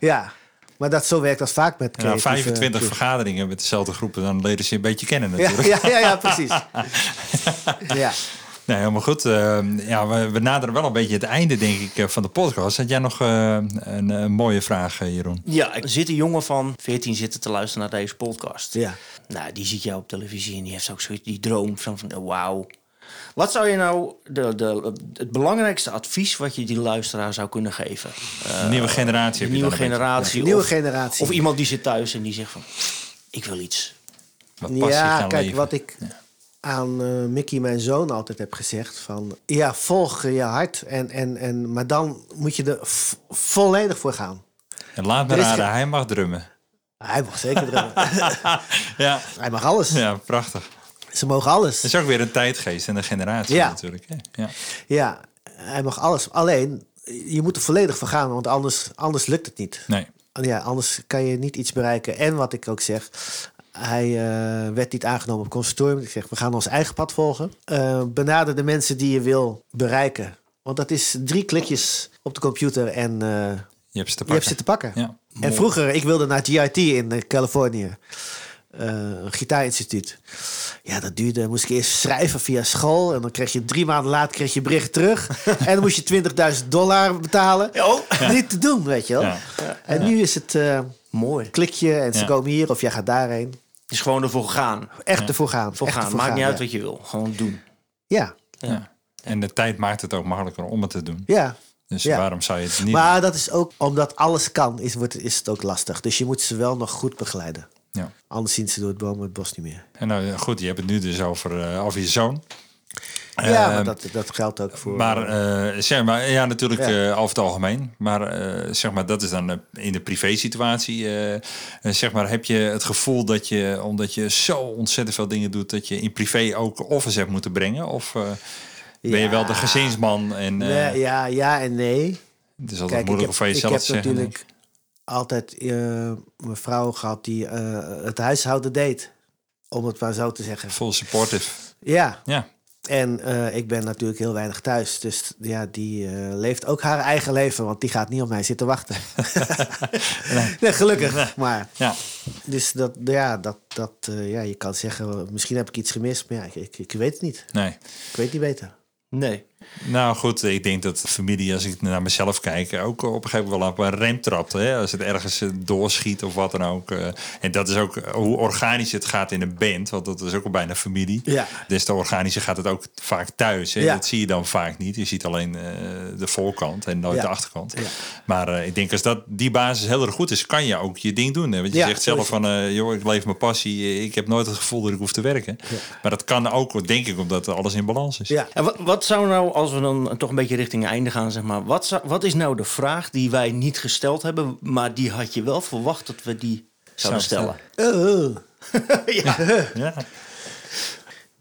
[SPEAKER 3] Ja, maar dat, zo werkt dat vaak met
[SPEAKER 2] En na
[SPEAKER 3] creatieve...
[SPEAKER 2] 25 Nou, vergaderingen met dezelfde groepen, dan leren ze je een beetje kennen
[SPEAKER 3] ja,
[SPEAKER 2] natuurlijk.
[SPEAKER 3] ja, ja, ja, precies. ja.
[SPEAKER 2] Nou, helemaal goed. Eh, ja, we, we naderen wel een beetje het einde, denk ik, eh, van de podcast. Had jij nog eh, een, eh, mooie vraag, eh, Jeroen?
[SPEAKER 4] Ja, er zit een jongen van 14 zitten te luisteren naar deze podcast.
[SPEAKER 3] Ja.
[SPEAKER 4] Nou, die ziet jou op televisie en die heeft ook zoiets, die droom van, van eh, wauw. Wat zou je nou de, de, het belangrijkste advies wat je die luisteraar zou kunnen geven? Eh,
[SPEAKER 2] De nieuwe generatie.
[SPEAKER 4] de
[SPEAKER 2] heb je dan
[SPEAKER 4] nieuwe
[SPEAKER 2] een
[SPEAKER 4] generatie.
[SPEAKER 3] Ja, de nieuwe
[SPEAKER 4] of,
[SPEAKER 3] generatie.
[SPEAKER 4] Of iemand die zit thuis en die zegt van, ik wil iets.
[SPEAKER 2] beetje. Wat passie
[SPEAKER 3] ja,
[SPEAKER 2] gaan
[SPEAKER 3] kijk,
[SPEAKER 2] leven.
[SPEAKER 3] wat ik aan eh, Mickey, mijn zoon, altijd heb gezegd: van ja, volg je hart, en, en, en, maar dan moet je er v- volledig voor gaan.
[SPEAKER 2] En laat me
[SPEAKER 3] er is
[SPEAKER 2] raden,
[SPEAKER 3] ge-
[SPEAKER 2] hij mag drummen.
[SPEAKER 3] Hij mag zeker drummen.
[SPEAKER 2] Ja,
[SPEAKER 3] Hij mag alles.
[SPEAKER 2] ja prachtig.
[SPEAKER 3] Ze mogen alles.
[SPEAKER 2] Dat is ook weer een tijdgeest en een generatie
[SPEAKER 3] Ja.
[SPEAKER 2] natuurlijk. Hè? Ja.
[SPEAKER 3] Ja, hij mag alles. Alleen, je moet er volledig voor gaan, want anders, anders lukt het niet.
[SPEAKER 2] Nee.
[SPEAKER 3] Ja, anders kan je niet iets bereiken. En wat ik ook zeg, hij eh, werd niet aangenomen op conservatorium. Ik zeg, we gaan ons eigen pad volgen. Eh, benader de mensen die je wil bereiken. Want dat is drie klikjes op de computer en eh,
[SPEAKER 2] Je hebt ze te
[SPEAKER 3] je hebt
[SPEAKER 2] pakken.
[SPEAKER 3] ze te pakken.
[SPEAKER 2] Ja.
[SPEAKER 3] En vroeger, ik wilde naar GIT in eh, Californië. eh, een gitaarinstituut. Ja, dat duurde. Moest ik eerst schrijven via school. En dan kreeg je drie maanden later kreeg je bericht terug. en dan moest je 20.000 dollar betalen. Niet te doen, weet je wel.
[SPEAKER 2] Oh. Ja.
[SPEAKER 3] En nu is het eh,
[SPEAKER 4] Mooi.
[SPEAKER 3] klikje en ze
[SPEAKER 2] Ja.
[SPEAKER 3] komen hier of jij gaat daarheen.
[SPEAKER 4] Dus gewoon ervoor gaan.
[SPEAKER 3] Echt ervoor gaan.
[SPEAKER 4] Voor
[SPEAKER 3] echt
[SPEAKER 4] gaan.
[SPEAKER 3] ervoor
[SPEAKER 4] Maakt niet
[SPEAKER 3] ja.
[SPEAKER 4] uit wat je wil. Gewoon doen.
[SPEAKER 3] Ja,
[SPEAKER 2] Ja. En de tijd maakt het ook makkelijker om het te doen.
[SPEAKER 3] ja.
[SPEAKER 2] Dus
[SPEAKER 3] Ja.
[SPEAKER 2] waarom zou je het niet
[SPEAKER 3] Maar dat is ook omdat alles kan, is, wordt, is het ook lastig. Dus je moet ze wel nog goed begeleiden.
[SPEAKER 2] doen? Ja.
[SPEAKER 3] Anders zien ze door het bomen het bos niet meer.
[SPEAKER 2] En nou, ja, goed, je hebt het nu dus over, eh, over je zoon.
[SPEAKER 3] ja,
[SPEAKER 2] Ehm,
[SPEAKER 3] maar dat, dat geldt ook voor.
[SPEAKER 2] Maar eh, zeg maar, ja, natuurlijk
[SPEAKER 3] Ja.
[SPEAKER 2] eh, over het algemeen. Maar eh, zeg maar, dat is dan eh, in de privé-situatie. eh, eh, zeg maar, heb je het gevoel dat je, omdat je zo ontzettend veel dingen doet, dat je in privé ook offers hebt moeten brengen? Of eh, ben je
[SPEAKER 3] Ja.
[SPEAKER 2] wel de gezinsman en eh,
[SPEAKER 3] Nee, ja, ja en nee.
[SPEAKER 2] het is altijd
[SPEAKER 3] Kijk, ik
[SPEAKER 2] moeilijk
[SPEAKER 3] heb,
[SPEAKER 2] om van
[SPEAKER 3] ik
[SPEAKER 2] jezelf
[SPEAKER 3] heb
[SPEAKER 2] te zeggen?
[SPEAKER 3] natuurlijk altijd eh, mijn vrouw gehad die eh, het huishouden deed. Om het maar zo te zeggen.
[SPEAKER 2] Full supportive.
[SPEAKER 3] Ja,
[SPEAKER 2] Ja,
[SPEAKER 3] En eh, ik ben natuurlijk heel weinig thuis. Dus ja, die eh, leeft ook haar eigen leven. Want die gaat niet op mij zitten wachten. nee. gelukkig. Maar
[SPEAKER 2] ja.
[SPEAKER 3] dus dat, ja, dat, dat, eh, ja, je kan zeggen, misschien heb ik iets gemist. Maar ja, ik, ik, ik weet het niet.
[SPEAKER 2] Nee.
[SPEAKER 3] Ik weet niet beter.
[SPEAKER 4] Nee.
[SPEAKER 2] Nou goed, ik denk dat de familie, als ik naar mezelf kijk, ook op een gegeven moment wel op een rem trapt. Hè? Als het ergens eh, doorschiet of wat dan ook. eh. En dat is ook eh, hoe organisch het gaat in een band, want dat is ook al bijna familie.
[SPEAKER 3] Ja.
[SPEAKER 2] Des te organischer gaat het ook vaak thuis. Hè?
[SPEAKER 3] Ja.
[SPEAKER 2] Dat zie je dan vaak niet. Je ziet alleen eh, de voorkant en nooit
[SPEAKER 3] Ja.
[SPEAKER 2] de achterkant.
[SPEAKER 3] Ja.
[SPEAKER 2] Maar eh, ik denk als dat, die basis heel erg goed is, kan je ook je ding doen. Hè? Want je
[SPEAKER 3] Ja,
[SPEAKER 2] zegt
[SPEAKER 3] zo
[SPEAKER 2] zelf
[SPEAKER 3] is
[SPEAKER 2] van, eh, joh, ik leef mijn passie. eh, Ik heb nooit het gevoel dat ik hoef te werken. Maar dat kan ook, denk ik, omdat alles in balans is.
[SPEAKER 3] Ja.
[SPEAKER 4] En wat, wat zou nou, als we dan toch een beetje richting einde gaan, zeg maar, wat, zou- wat is nou de vraag die wij niet gesteld hebben, maar die had je wel verwacht dat we die zouden
[SPEAKER 2] Zou
[SPEAKER 4] stellen?
[SPEAKER 3] Oh.
[SPEAKER 4] ja.
[SPEAKER 2] Ja.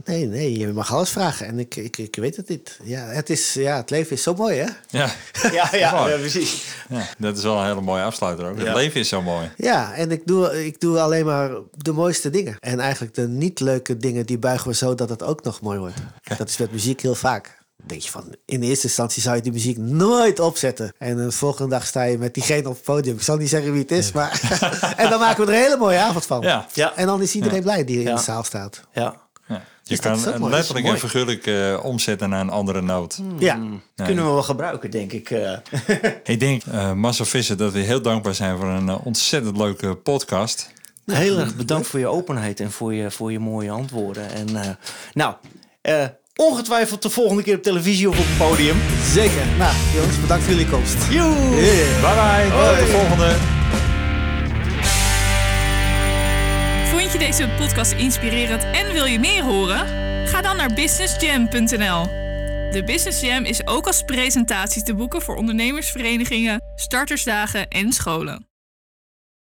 [SPEAKER 3] Nee, nee, je mag alles vragen en ik, ik, ik weet het niet. Ja, het, is, ja, het leven is zo mooi, hè?
[SPEAKER 2] Ja.
[SPEAKER 4] Ja, ja,
[SPEAKER 2] Mooi.
[SPEAKER 4] ja, precies.
[SPEAKER 2] ja, dat is wel een hele mooie afsluiter ook.
[SPEAKER 4] Ja.
[SPEAKER 2] Het leven is zo mooi.
[SPEAKER 3] Ja, en ik doe, ik doe alleen maar de mooiste dingen. En eigenlijk de niet leuke dingen, die buigen we zo dat het ook nog mooi wordt. Dat is met muziek heel vaak. Denk je van, in eerste instantie zou je die muziek nooit opzetten. En de volgende dag sta je met diegene op het podium. Ik zal niet zeggen wie het is, maar... en dan maken we er een hele mooie avond van.
[SPEAKER 2] Ja.
[SPEAKER 4] Ja.
[SPEAKER 3] En dan is iedereen blij die in
[SPEAKER 4] Ja.
[SPEAKER 3] de zaal staat.
[SPEAKER 4] Ja.
[SPEAKER 2] Ja. Je
[SPEAKER 3] dat is
[SPEAKER 2] kan
[SPEAKER 3] ook mooi. Dat is Hmm.
[SPEAKER 2] letterlijk
[SPEAKER 3] mooi.
[SPEAKER 2] en figuurlijk eh, omzetten naar een andere noot.
[SPEAKER 3] Ja,
[SPEAKER 4] Kunnen we wel gebruiken, denk ik. eh.
[SPEAKER 2] Ik denk, eh Marcel Visser, dat we heel dankbaar zijn voor een eh, ontzettend leuke podcast.
[SPEAKER 4] Heel erg bedankt voor je openheid en voor je, voor je mooie antwoorden. En, eh, nou, eh, ongetwijfeld de volgende keer op televisie of op het podium.
[SPEAKER 3] zeker. Nou, jongens, bedankt voor jullie komst.
[SPEAKER 4] Joe!
[SPEAKER 2] Bye bye, tot de volgende.
[SPEAKER 1] Vond je deze podcast inspirerend en wil je meer horen? Ga dan naar businessjam.nl. De Business Jam is ook als presentatie te boeken voor ondernemersverenigingen, startersdagen en scholen.